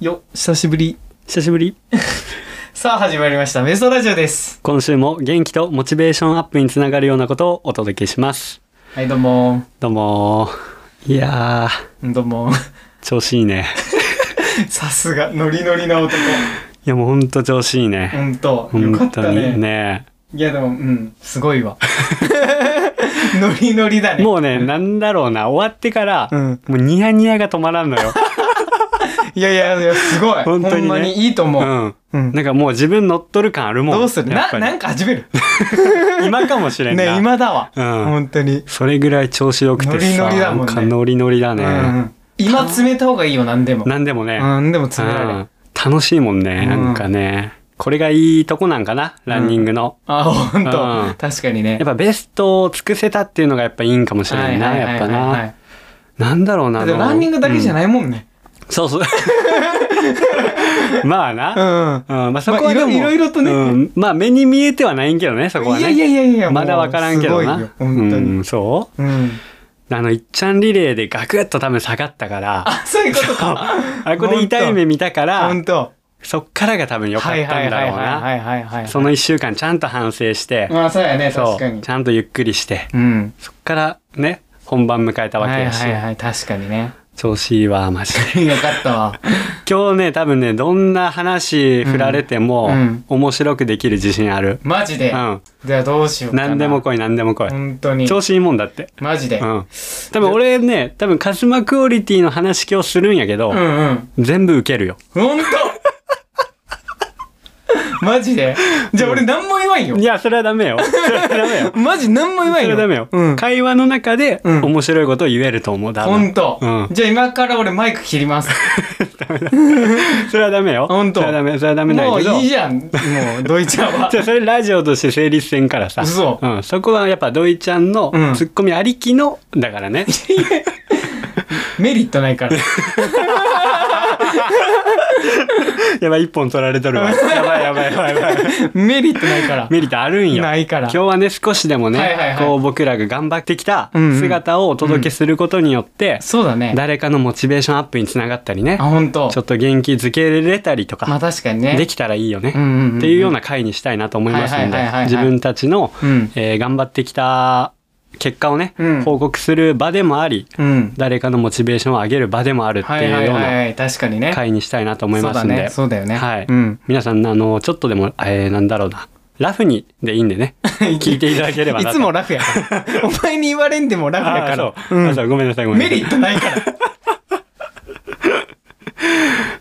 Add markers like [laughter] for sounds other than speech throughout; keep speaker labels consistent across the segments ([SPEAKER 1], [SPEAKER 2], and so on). [SPEAKER 1] よ、久しぶり。
[SPEAKER 2] 久しぶり
[SPEAKER 1] さあ始まりました。メソラジオです。
[SPEAKER 2] 今週も元気とモチベーションアップにつながるようなことをお届けします
[SPEAKER 1] はい、どうも
[SPEAKER 2] どうもーいや
[SPEAKER 1] ー。どうも [laughs]
[SPEAKER 2] ー調子いいね [laughs]
[SPEAKER 1] さすが、ノリノリな男。
[SPEAKER 2] いやもうほんと調子いいね
[SPEAKER 1] うんと、よか
[SPEAKER 2] 本
[SPEAKER 1] っ
[SPEAKER 2] 当
[SPEAKER 1] た
[SPEAKER 2] にね
[SPEAKER 1] ね。いや、でも、うん、すごいわ。 [laughs] ノリノリだね。
[SPEAKER 2] もうねなんだろうな終わってから、
[SPEAKER 1] うん
[SPEAKER 2] もうニヤニヤが止まらんのよ
[SPEAKER 1] いやいやいや、すごい。
[SPEAKER 2] 本当に
[SPEAKER 1] [laughs]
[SPEAKER 2] ね
[SPEAKER 1] ほんまにいいと
[SPEAKER 2] う
[SPEAKER 1] 思う。
[SPEAKER 2] ん
[SPEAKER 1] うん。
[SPEAKER 2] なんかもう自分乗っとる感あるもん
[SPEAKER 1] どうする
[SPEAKER 2] や
[SPEAKER 1] な
[SPEAKER 2] っ、ぱり
[SPEAKER 1] なんか始める。
[SPEAKER 2] 今かもしれんな
[SPEAKER 1] ね、今だわ。
[SPEAKER 2] うん
[SPEAKER 1] 本当に。
[SPEAKER 2] それぐらい調子よくて
[SPEAKER 1] ノリノ
[SPEAKER 2] さ
[SPEAKER 1] リだもんね
[SPEAKER 2] なんかノリノリだ
[SPEAKER 1] う
[SPEAKER 2] ね、
[SPEAKER 1] ん。今詰めた方がいいよ、なんでも。
[SPEAKER 2] なんでもね、
[SPEAKER 1] うん、でも詰められ
[SPEAKER 2] う
[SPEAKER 1] る。
[SPEAKER 2] ん楽しいもんね、
[SPEAKER 1] うん
[SPEAKER 2] なんかねこれがいいとこなんかなランニングの、
[SPEAKER 1] あ、ほん
[SPEAKER 2] うん
[SPEAKER 1] と。確かにね
[SPEAKER 2] やっ。ぱベストを尽くせたっていうのがやっぱいいんかもしれないな、やっぱな。なんだろうな。
[SPEAKER 1] でもランニングだけじゃ
[SPEAKER 2] ない、
[SPEAKER 1] ないもんね。
[SPEAKER 2] そ
[SPEAKER 1] [laughs]
[SPEAKER 2] うそう。まあ
[SPEAKER 1] う
[SPEAKER 2] な。
[SPEAKER 1] ん。
[SPEAKER 2] うん、まあそこはでも、
[SPEAKER 1] まあいろいろいろいろとね
[SPEAKER 2] うんまあ目に見えてはないんけどね、そこは
[SPEAKER 1] い
[SPEAKER 2] ね。
[SPEAKER 1] やいやいやいや、
[SPEAKER 2] まだわからんけど
[SPEAKER 1] もう
[SPEAKER 2] な。
[SPEAKER 1] すごいよ、本当
[SPEAKER 2] う
[SPEAKER 1] に
[SPEAKER 2] ん。そ
[SPEAKER 1] うん。
[SPEAKER 2] うあの、いっちゃんリレーでガクッと多分下がったか
[SPEAKER 1] [laughs]
[SPEAKER 2] ら、
[SPEAKER 1] あ、そういうことか。
[SPEAKER 2] あれこで痛い目見たから、
[SPEAKER 1] [laughs] 本当。
[SPEAKER 2] そっからが多分良かっ
[SPEAKER 1] は
[SPEAKER 2] たん
[SPEAKER 1] いはいは
[SPEAKER 2] だ
[SPEAKER 1] い
[SPEAKER 2] ろう
[SPEAKER 1] は
[SPEAKER 2] な。
[SPEAKER 1] いはいはい。
[SPEAKER 2] [laughs] その一週間ちゃんと反省して、
[SPEAKER 1] まあそうやね、
[SPEAKER 2] そ
[SPEAKER 1] 確か
[SPEAKER 2] う、
[SPEAKER 1] に
[SPEAKER 2] ち。ゃんとゆっくりして、
[SPEAKER 1] うん。
[SPEAKER 2] そっからね、本番迎えたわ
[SPEAKER 1] は
[SPEAKER 2] け
[SPEAKER 1] い
[SPEAKER 2] やし
[SPEAKER 1] は、いはい、確かにね。
[SPEAKER 2] 調子いいわ、マジで。
[SPEAKER 1] よかったわ。
[SPEAKER 2] [laughs] 今日ね多分ねどんな話振られても、
[SPEAKER 1] うんうん
[SPEAKER 2] 面白くできる自信ある
[SPEAKER 1] マジ
[SPEAKER 2] う
[SPEAKER 1] で。
[SPEAKER 2] ん
[SPEAKER 1] じゃあどうしようかな。
[SPEAKER 2] 何でも来い何でも来い
[SPEAKER 1] 本当に。
[SPEAKER 2] 調子いいもんだって
[SPEAKER 1] マジで
[SPEAKER 2] う。ん多分俺ね多分カスマクオリティの話今日するんやけど、
[SPEAKER 1] うんうん。
[SPEAKER 2] 全部受けるよ
[SPEAKER 1] 本当
[SPEAKER 2] [laughs]
[SPEAKER 1] マジでじゃあ俺何も言わんよ
[SPEAKER 2] い。やそれはダメよ [laughs] それ
[SPEAKER 1] [laughs]
[SPEAKER 2] はダメよ
[SPEAKER 1] マジ何も言わ
[SPEAKER 2] そ
[SPEAKER 1] んよ。
[SPEAKER 2] れはダメよ、
[SPEAKER 1] うん。
[SPEAKER 2] 会話の中で
[SPEAKER 1] うん
[SPEAKER 2] 面白いことを言えると思うだ
[SPEAKER 1] ほんと
[SPEAKER 2] うん。
[SPEAKER 1] じゃあ今から俺マイク切ります。
[SPEAKER 2] それはダメよ
[SPEAKER 1] ほんと
[SPEAKER 2] それはダメそれはダメない
[SPEAKER 1] もう
[SPEAKER 2] けど
[SPEAKER 1] いいじゃん。もう、ドイちゃんは
[SPEAKER 2] [laughs] じ。ゃあそれラジオとして成立せんからさ
[SPEAKER 1] 嘘
[SPEAKER 2] うん、そこはやっぱ土井ちゃんの
[SPEAKER 1] うん
[SPEAKER 2] ツッコミありきのだか
[SPEAKER 1] [laughs]
[SPEAKER 2] らね、
[SPEAKER 1] メリットない
[SPEAKER 2] [laughs]
[SPEAKER 1] から。
[SPEAKER 2] やばい、一本取られと
[SPEAKER 1] [laughs]
[SPEAKER 2] るわ。やばいやばいやばいやばい。
[SPEAKER 1] メリットないから。
[SPEAKER 2] メリットあるんよ。
[SPEAKER 1] ないから
[SPEAKER 2] 今日はね、少しでもね、
[SPEAKER 1] はいはいはい
[SPEAKER 2] こう僕らが頑張ってきた
[SPEAKER 1] うんうん
[SPEAKER 2] 姿をお届けすることによって、
[SPEAKER 1] そうだね。
[SPEAKER 2] 誰かのモチベーションアップにつながったりね
[SPEAKER 1] あ、、ほんと
[SPEAKER 2] ちょ。っと元気づけれたりと
[SPEAKER 1] まあ
[SPEAKER 2] か、
[SPEAKER 1] 確かにね。
[SPEAKER 2] できたらいいよね。
[SPEAKER 1] うんうんうんうん
[SPEAKER 2] っていうような回にしたいなと思いますの
[SPEAKER 1] はいはいはいはいは
[SPEAKER 2] で
[SPEAKER 1] い、
[SPEAKER 2] 自分たちの、
[SPEAKER 1] うん
[SPEAKER 2] えー頑張ってきた結果をね、
[SPEAKER 1] うん
[SPEAKER 2] 報告する場でもあり、
[SPEAKER 1] うん。
[SPEAKER 2] 誰かのモチベーションを上げる場でもあるって
[SPEAKER 1] はいいは
[SPEAKER 2] う
[SPEAKER 1] い
[SPEAKER 2] よう
[SPEAKER 1] は。
[SPEAKER 2] ない
[SPEAKER 1] 確かにね。
[SPEAKER 2] 回にしたいなと思いますん
[SPEAKER 1] そうだ
[SPEAKER 2] で
[SPEAKER 1] ね。そうだよね。
[SPEAKER 2] はい、
[SPEAKER 1] うん。
[SPEAKER 2] 皆さんあのちょっとでも、えー、なんだろうなラフにでいいんでね [laughs] 聞いていただければ
[SPEAKER 1] [laughs] い
[SPEAKER 2] なと
[SPEAKER 1] つもラフやから。
[SPEAKER 2] [laughs]
[SPEAKER 1] お前に言われんでもラフ
[SPEAKER 2] あ
[SPEAKER 1] や
[SPEAKER 2] ー
[SPEAKER 1] か
[SPEAKER 2] そう,、あそうごめんなさいご
[SPEAKER 1] ら。
[SPEAKER 2] めんな
[SPEAKER 1] メリ
[SPEAKER 2] さい
[SPEAKER 1] ットない
[SPEAKER 2] [laughs]
[SPEAKER 1] から。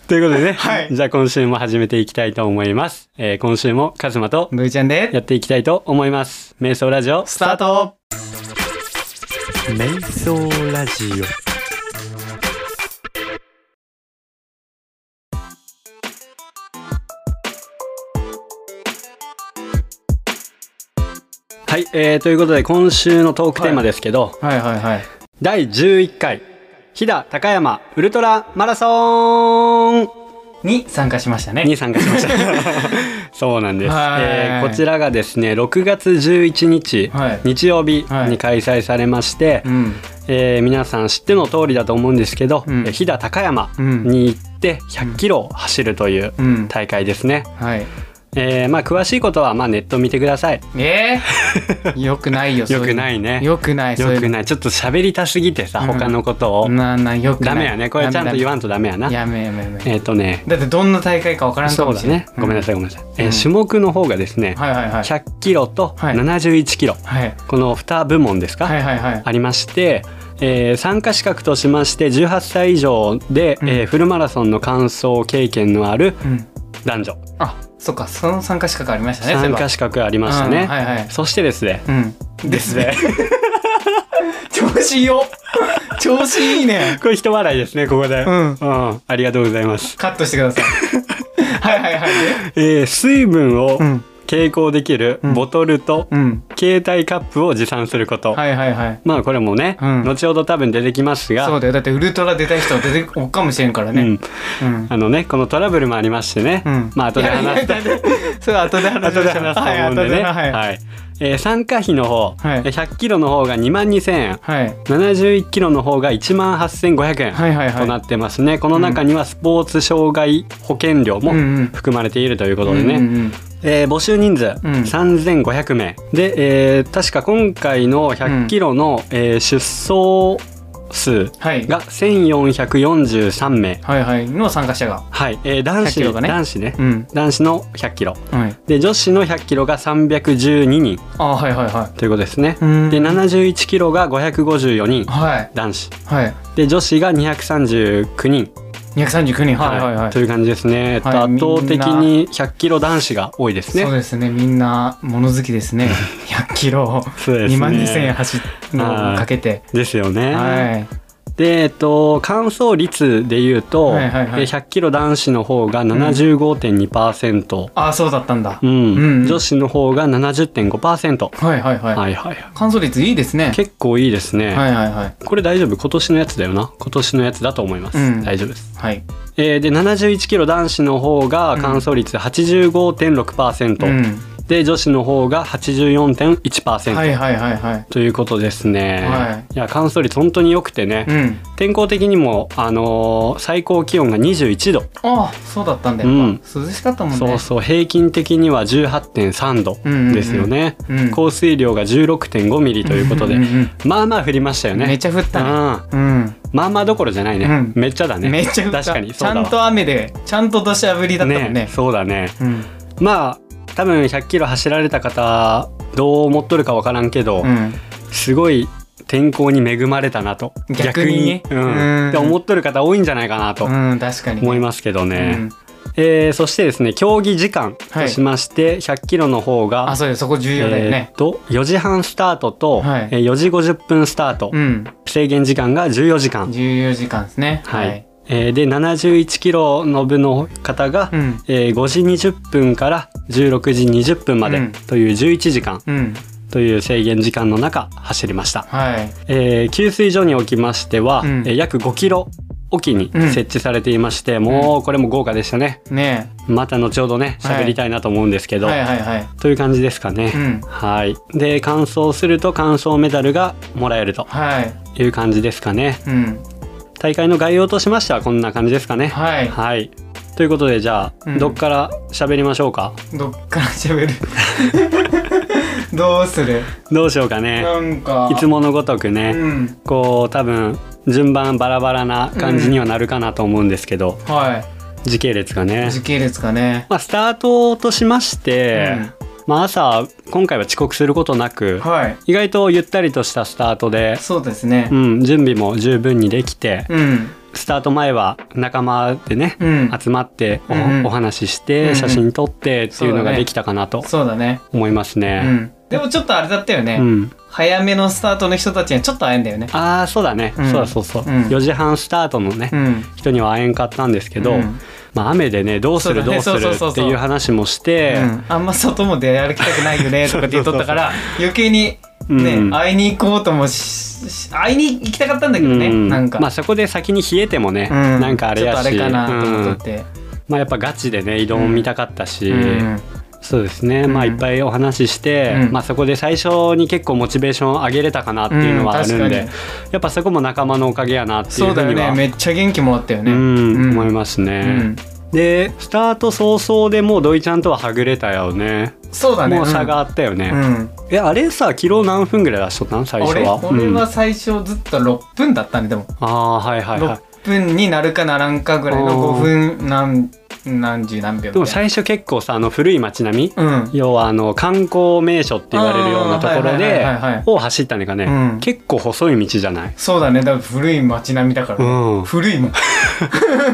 [SPEAKER 2] ということでね、
[SPEAKER 1] はい
[SPEAKER 2] じゃあ今週も始めていきたいと思います、えー、今週もカズマと
[SPEAKER 1] ドイちゃん
[SPEAKER 2] や
[SPEAKER 1] で、
[SPEAKER 2] っていきたいと思います瞑想ラジオ
[SPEAKER 1] スタート
[SPEAKER 2] 瞑想ラジオはい、えー、ということで今週のトークテーマですけど、
[SPEAKER 1] はいはいはい。
[SPEAKER 2] 第11回飛騨高山ウルトラマラソン
[SPEAKER 1] に参加しましたね。
[SPEAKER 2] に参加
[SPEAKER 1] [laughs]
[SPEAKER 2] しましたそうなんです、
[SPEAKER 1] はい
[SPEAKER 2] えーこちらがですね6月11日、
[SPEAKER 1] はい
[SPEAKER 2] 日曜日に開催されまして、
[SPEAKER 1] うん。
[SPEAKER 2] えー皆さん知っての通りだと思うんですけど、
[SPEAKER 1] うん
[SPEAKER 2] えー飛騨高山に行って100キロを走るという
[SPEAKER 1] うん。
[SPEAKER 2] 大会ですね、
[SPEAKER 1] はい。
[SPEAKER 2] えーまあ詳しいことはまあネット見てください
[SPEAKER 1] え
[SPEAKER 2] [laughs]
[SPEAKER 1] えよくないよ、。
[SPEAKER 2] よくないいねよ
[SPEAKER 1] よくない、そういう
[SPEAKER 2] く
[SPEAKER 1] の。
[SPEAKER 2] ないちょっと喋りたすぎてさ、
[SPEAKER 1] うん
[SPEAKER 2] 他のことを、
[SPEAKER 1] ななよくな
[SPEAKER 2] ダ
[SPEAKER 1] い。
[SPEAKER 2] メやねこれちゃんと言わんとダメやな
[SPEAKER 1] ダメダメやめやめやめ。
[SPEAKER 2] えっ、とね、
[SPEAKER 1] だってどんな大会かわからんか
[SPEAKER 2] そう
[SPEAKER 1] も
[SPEAKER 2] だ
[SPEAKER 1] しれない。
[SPEAKER 2] ね。ごめんなさ
[SPEAKER 1] い。
[SPEAKER 2] い、ごめんなさい。えー
[SPEAKER 1] うん
[SPEAKER 2] 種目の方がですね、
[SPEAKER 1] はいはいはい。
[SPEAKER 2] 100キロと
[SPEAKER 1] はい
[SPEAKER 2] 71キロ、
[SPEAKER 1] はい。
[SPEAKER 2] この2部門ですか、
[SPEAKER 1] はいはいはい。
[SPEAKER 2] ありまして、えー参加資格としまして、18歳以上で、
[SPEAKER 1] うん
[SPEAKER 2] えーフルマラソンの完走経験のある
[SPEAKER 1] うん。
[SPEAKER 2] 男女、
[SPEAKER 1] あ、そっか、その参加資格ありましたね。そういえ
[SPEAKER 2] 参
[SPEAKER 1] ば
[SPEAKER 2] 加資格ありましたね。
[SPEAKER 1] うんはいはい。
[SPEAKER 2] そしてですね、
[SPEAKER 1] うん。ですね。調子よ。調子いいね。
[SPEAKER 2] [laughs] これ人笑いですね、ここで。
[SPEAKER 1] うん
[SPEAKER 2] うん [laughs] ありがとうございます。
[SPEAKER 1] カットしてください。はいはいはい。
[SPEAKER 2] えー水分を
[SPEAKER 1] ん。
[SPEAKER 2] 携行できる
[SPEAKER 1] うん
[SPEAKER 2] ボトルと
[SPEAKER 1] うん。
[SPEAKER 2] 携帯カップを持参すること、
[SPEAKER 1] はいはいはい。
[SPEAKER 2] まあこれもね、
[SPEAKER 1] うん
[SPEAKER 2] 後ほど多分出てきます
[SPEAKER 1] そう
[SPEAKER 2] が、
[SPEAKER 1] だよ。だってウルトラ出たい人は出てこっかもしれんから
[SPEAKER 2] う
[SPEAKER 1] ね。
[SPEAKER 2] ん、
[SPEAKER 1] うん。
[SPEAKER 2] あのねこのトラブルもありましてね、
[SPEAKER 1] うん。
[SPEAKER 2] まあ後で話すと
[SPEAKER 1] いやいやいやそれ後で話し
[SPEAKER 2] 後で
[SPEAKER 1] ましょう
[SPEAKER 2] 話すと思う
[SPEAKER 1] はい、後
[SPEAKER 2] んでね、
[SPEAKER 1] でなはい。
[SPEAKER 2] はいえー参加費の方、
[SPEAKER 1] はい
[SPEAKER 2] 100キロの方が2万2000円
[SPEAKER 1] はい。
[SPEAKER 2] 71キロの方が1万8500円、
[SPEAKER 1] はいはいはい。
[SPEAKER 2] となってますねこの中にはスポーツ障害保険料も
[SPEAKER 1] うんうん
[SPEAKER 2] 含まれているということでね、
[SPEAKER 1] うんうんうん
[SPEAKER 2] えー募集人数3500名、で、えー確か今回の100キロの、えー出走数
[SPEAKER 1] はい。
[SPEAKER 2] が1443名
[SPEAKER 1] はいはい。の参加者が。
[SPEAKER 2] はい、えー男
[SPEAKER 1] 100キ
[SPEAKER 2] 子
[SPEAKER 1] ロがね
[SPEAKER 2] 男子ね
[SPEAKER 1] うん。
[SPEAKER 2] 男子の100キロ
[SPEAKER 1] はい。
[SPEAKER 2] で女子の100キロが312人
[SPEAKER 1] あはいはいは
[SPEAKER 2] ということですね
[SPEAKER 1] い。うん
[SPEAKER 2] で71キロが554人
[SPEAKER 1] はい。
[SPEAKER 2] 男子
[SPEAKER 1] はい。
[SPEAKER 2] で女子が239人
[SPEAKER 1] 239人。はいはいはい。
[SPEAKER 2] という感じですね、えっと
[SPEAKER 1] はい
[SPEAKER 2] 圧倒的
[SPEAKER 1] み
[SPEAKER 2] に100キロ男子が多いです
[SPEAKER 1] そう
[SPEAKER 2] ね
[SPEAKER 1] ですね。みんな物好きですね。100キロ。
[SPEAKER 2] そうですね
[SPEAKER 1] 2万2000円走るのをかけて。
[SPEAKER 2] ですよね、
[SPEAKER 1] はい。
[SPEAKER 2] で、えっと、乾燥率でいうと、
[SPEAKER 1] はいはいはい
[SPEAKER 2] え100キロ男子の方が75.2%、
[SPEAKER 1] あそうだったんだ
[SPEAKER 2] う。ん
[SPEAKER 1] うんうん
[SPEAKER 2] 女子の方が70.5%、
[SPEAKER 1] はいはいはい。
[SPEAKER 2] はいはいはい
[SPEAKER 1] 乾燥率いいですね。
[SPEAKER 2] 結構いいですね、
[SPEAKER 1] はいはいはい。
[SPEAKER 2] これ大丈夫今年のやつだよな今年のやつだと思います、
[SPEAKER 1] うん
[SPEAKER 2] 大丈夫です、
[SPEAKER 1] はい。
[SPEAKER 2] えーで71キロ男子の方が乾燥率85.6%、
[SPEAKER 1] うん。
[SPEAKER 2] で女子の方が84.1%、
[SPEAKER 1] はいはいはいはい。
[SPEAKER 2] ということですね、、
[SPEAKER 1] はい
[SPEAKER 2] や乾燥率本当に良くてね、
[SPEAKER 1] うん。
[SPEAKER 2] 天候的にも、あのー最高気温が21度、
[SPEAKER 1] あそうだったんだよ。
[SPEAKER 2] うん
[SPEAKER 1] 涼しかったもんね。
[SPEAKER 2] そうそう平均的には18.3度
[SPEAKER 1] うんうんうん
[SPEAKER 2] ですよね、
[SPEAKER 1] うん
[SPEAKER 2] 降水量が16.5ミリということで、
[SPEAKER 1] んんん
[SPEAKER 2] まあまあ降りましたよね
[SPEAKER 1] めっちゃ降ったね。
[SPEAKER 2] ああ
[SPEAKER 1] うん。
[SPEAKER 2] まあまあどころじゃないね、
[SPEAKER 1] うん
[SPEAKER 2] めっちゃだね
[SPEAKER 1] めっちゃ降った。
[SPEAKER 2] 確かに
[SPEAKER 1] ち
[SPEAKER 2] そう
[SPEAKER 1] ゃ
[SPEAKER 2] だわ
[SPEAKER 1] んと雨で、ちゃんと土砂降りだったもんね。
[SPEAKER 2] そうだね
[SPEAKER 1] うん。
[SPEAKER 2] まあ多分100キロ走られた方どう思っとるかわからんけど、
[SPEAKER 1] うん。
[SPEAKER 2] すごい天候に恵まれたなと
[SPEAKER 1] 逆にね
[SPEAKER 2] うん
[SPEAKER 1] うん
[SPEAKER 2] って思っとる方多いんじゃないかなと
[SPEAKER 1] うん、確かに。
[SPEAKER 2] 思い
[SPEAKER 1] ま
[SPEAKER 2] ますけどね、えーそしてですね競技時間としまして、100キロの方が
[SPEAKER 1] あ、そうよ、そこ重要だよ
[SPEAKER 2] えー
[SPEAKER 1] ね
[SPEAKER 2] っ。と4時半スタートと、
[SPEAKER 1] はい
[SPEAKER 2] えー4時50分スタート、
[SPEAKER 1] うん。
[SPEAKER 2] 制限時間が14時間、
[SPEAKER 1] 14時間ですね。
[SPEAKER 2] はいえーで71キロの部の方が、
[SPEAKER 1] うん。
[SPEAKER 2] えー5時20分から16時20分ま
[SPEAKER 1] う
[SPEAKER 2] で
[SPEAKER 1] ん
[SPEAKER 2] という11時間
[SPEAKER 1] うん。
[SPEAKER 2] という制限時間の中走りました、
[SPEAKER 1] はい。
[SPEAKER 2] えー給水所におきましては、
[SPEAKER 1] うん
[SPEAKER 2] えー約5キロおきに設置されていまして、もうこれも豪華でしたね
[SPEAKER 1] ね
[SPEAKER 2] また後ほどね
[SPEAKER 1] はい
[SPEAKER 2] 喋りたいなと思うんですけ
[SPEAKER 1] え。
[SPEAKER 2] ど、
[SPEAKER 1] はいはいはい。
[SPEAKER 2] という感じですかね、
[SPEAKER 1] うん。
[SPEAKER 2] はい。で、完走すると完走メダルがもらえると
[SPEAKER 1] はい。
[SPEAKER 2] いう感じですかね。
[SPEAKER 1] うん。
[SPEAKER 2] 大会の概要としましてはこんな感じですかね。
[SPEAKER 1] はい。
[SPEAKER 2] はい。ということで、じゃあ、
[SPEAKER 1] うん
[SPEAKER 2] どっから喋りましょうか。
[SPEAKER 1] どっから喋る [laughs] どうする
[SPEAKER 2] どうしようかね。
[SPEAKER 1] なんか。
[SPEAKER 2] いつものごとく
[SPEAKER 1] う
[SPEAKER 2] ね、
[SPEAKER 1] ん。
[SPEAKER 2] こう、多分、順番バラバラな感じにはなるかなと思うんですけど、
[SPEAKER 1] は
[SPEAKER 2] 時系列がね
[SPEAKER 1] い。。時系列かね。
[SPEAKER 2] まあ、スタートとしまして、まあ、朝、今回は遅刻することな
[SPEAKER 1] う
[SPEAKER 2] く
[SPEAKER 1] ん、、はい。
[SPEAKER 2] 意外とゆったりとしたスタートで、
[SPEAKER 1] そうですね
[SPEAKER 2] う。ん、準備も十分にできて、
[SPEAKER 1] うん。
[SPEAKER 2] スタート前は仲間でね、
[SPEAKER 1] うん。
[SPEAKER 2] 集まってお,、
[SPEAKER 1] うんうん
[SPEAKER 2] 話しし
[SPEAKER 1] うんう
[SPEAKER 2] て
[SPEAKER 1] ん
[SPEAKER 2] 写真撮ってっていうのができたかなと
[SPEAKER 1] そうだね。
[SPEAKER 2] 思います
[SPEAKER 1] う
[SPEAKER 2] ね。
[SPEAKER 1] ん。でもちょっとあれだったよね。
[SPEAKER 2] うん
[SPEAKER 1] 早めのスタートの人たちにはちょっと会えんだよね。
[SPEAKER 2] ああそうだね、
[SPEAKER 1] うん
[SPEAKER 2] そうだそうそう、
[SPEAKER 1] うん
[SPEAKER 2] 4時半スタートのね、
[SPEAKER 1] うん。
[SPEAKER 2] 人には会えんかったんですけど、
[SPEAKER 1] うん
[SPEAKER 2] まあ、雨でねどうする
[SPEAKER 1] そうだ
[SPEAKER 2] どう
[SPEAKER 1] ね
[SPEAKER 2] する
[SPEAKER 1] そうそうそう
[SPEAKER 2] って
[SPEAKER 1] そう
[SPEAKER 2] いう話もして、
[SPEAKER 1] うんあんま外も出歩きたくないよねとかって言っとったから余計にね、
[SPEAKER 2] うん
[SPEAKER 1] 会いに行こうともしし会いに行きたかったんだけどね、
[SPEAKER 2] うん
[SPEAKER 1] なんか、
[SPEAKER 2] まあ、そこで先に冷えてもね、
[SPEAKER 1] うん
[SPEAKER 2] なんかあれやし
[SPEAKER 1] ちょっとあれかなと思っとっ
[SPEAKER 2] うん
[SPEAKER 1] て、
[SPEAKER 2] まあ、やっぱガチでね移動も見たかったし、
[SPEAKER 1] うん
[SPEAKER 2] そうですね、まあい
[SPEAKER 1] うん
[SPEAKER 2] っぱいお話しして、
[SPEAKER 1] うん
[SPEAKER 2] まあ、そこで最初に結構モチベーション上げれたかなっていうのはあるんで、
[SPEAKER 1] うん確か
[SPEAKER 2] や
[SPEAKER 1] に
[SPEAKER 2] っぱそこも仲間のおかげやなってい
[SPEAKER 1] そうう
[SPEAKER 2] ふう
[SPEAKER 1] だよ
[SPEAKER 2] には
[SPEAKER 1] ねめっちゃ元気もらったよね
[SPEAKER 2] うん
[SPEAKER 1] うん
[SPEAKER 2] 思いますね、でスタート早々でもう土井ちゃんとははぐれたよね
[SPEAKER 1] うんそうだね
[SPEAKER 2] もう差があったよ
[SPEAKER 1] うん、
[SPEAKER 2] ね、
[SPEAKER 1] うん
[SPEAKER 2] えあれさキロ何分ぐらい出しとったん最初
[SPEAKER 1] 俺
[SPEAKER 2] は
[SPEAKER 1] 俺
[SPEAKER 2] うん
[SPEAKER 1] は最初ずっと6分だったねでも、
[SPEAKER 2] ああーはいはいはい
[SPEAKER 1] 6分になるかならんかぐらいの5分何何十何秒みたいな
[SPEAKER 2] でも最初結構さあの古い街並み、
[SPEAKER 1] うん
[SPEAKER 2] 要はあの観光名所って言われるようなところ
[SPEAKER 1] あーはい
[SPEAKER 2] で
[SPEAKER 1] はいはいはい
[SPEAKER 2] を走ったねがね、
[SPEAKER 1] うん
[SPEAKER 2] 結構細い道じゃない
[SPEAKER 1] そうだねだから古い街並みだから、
[SPEAKER 2] うん
[SPEAKER 1] 古いもん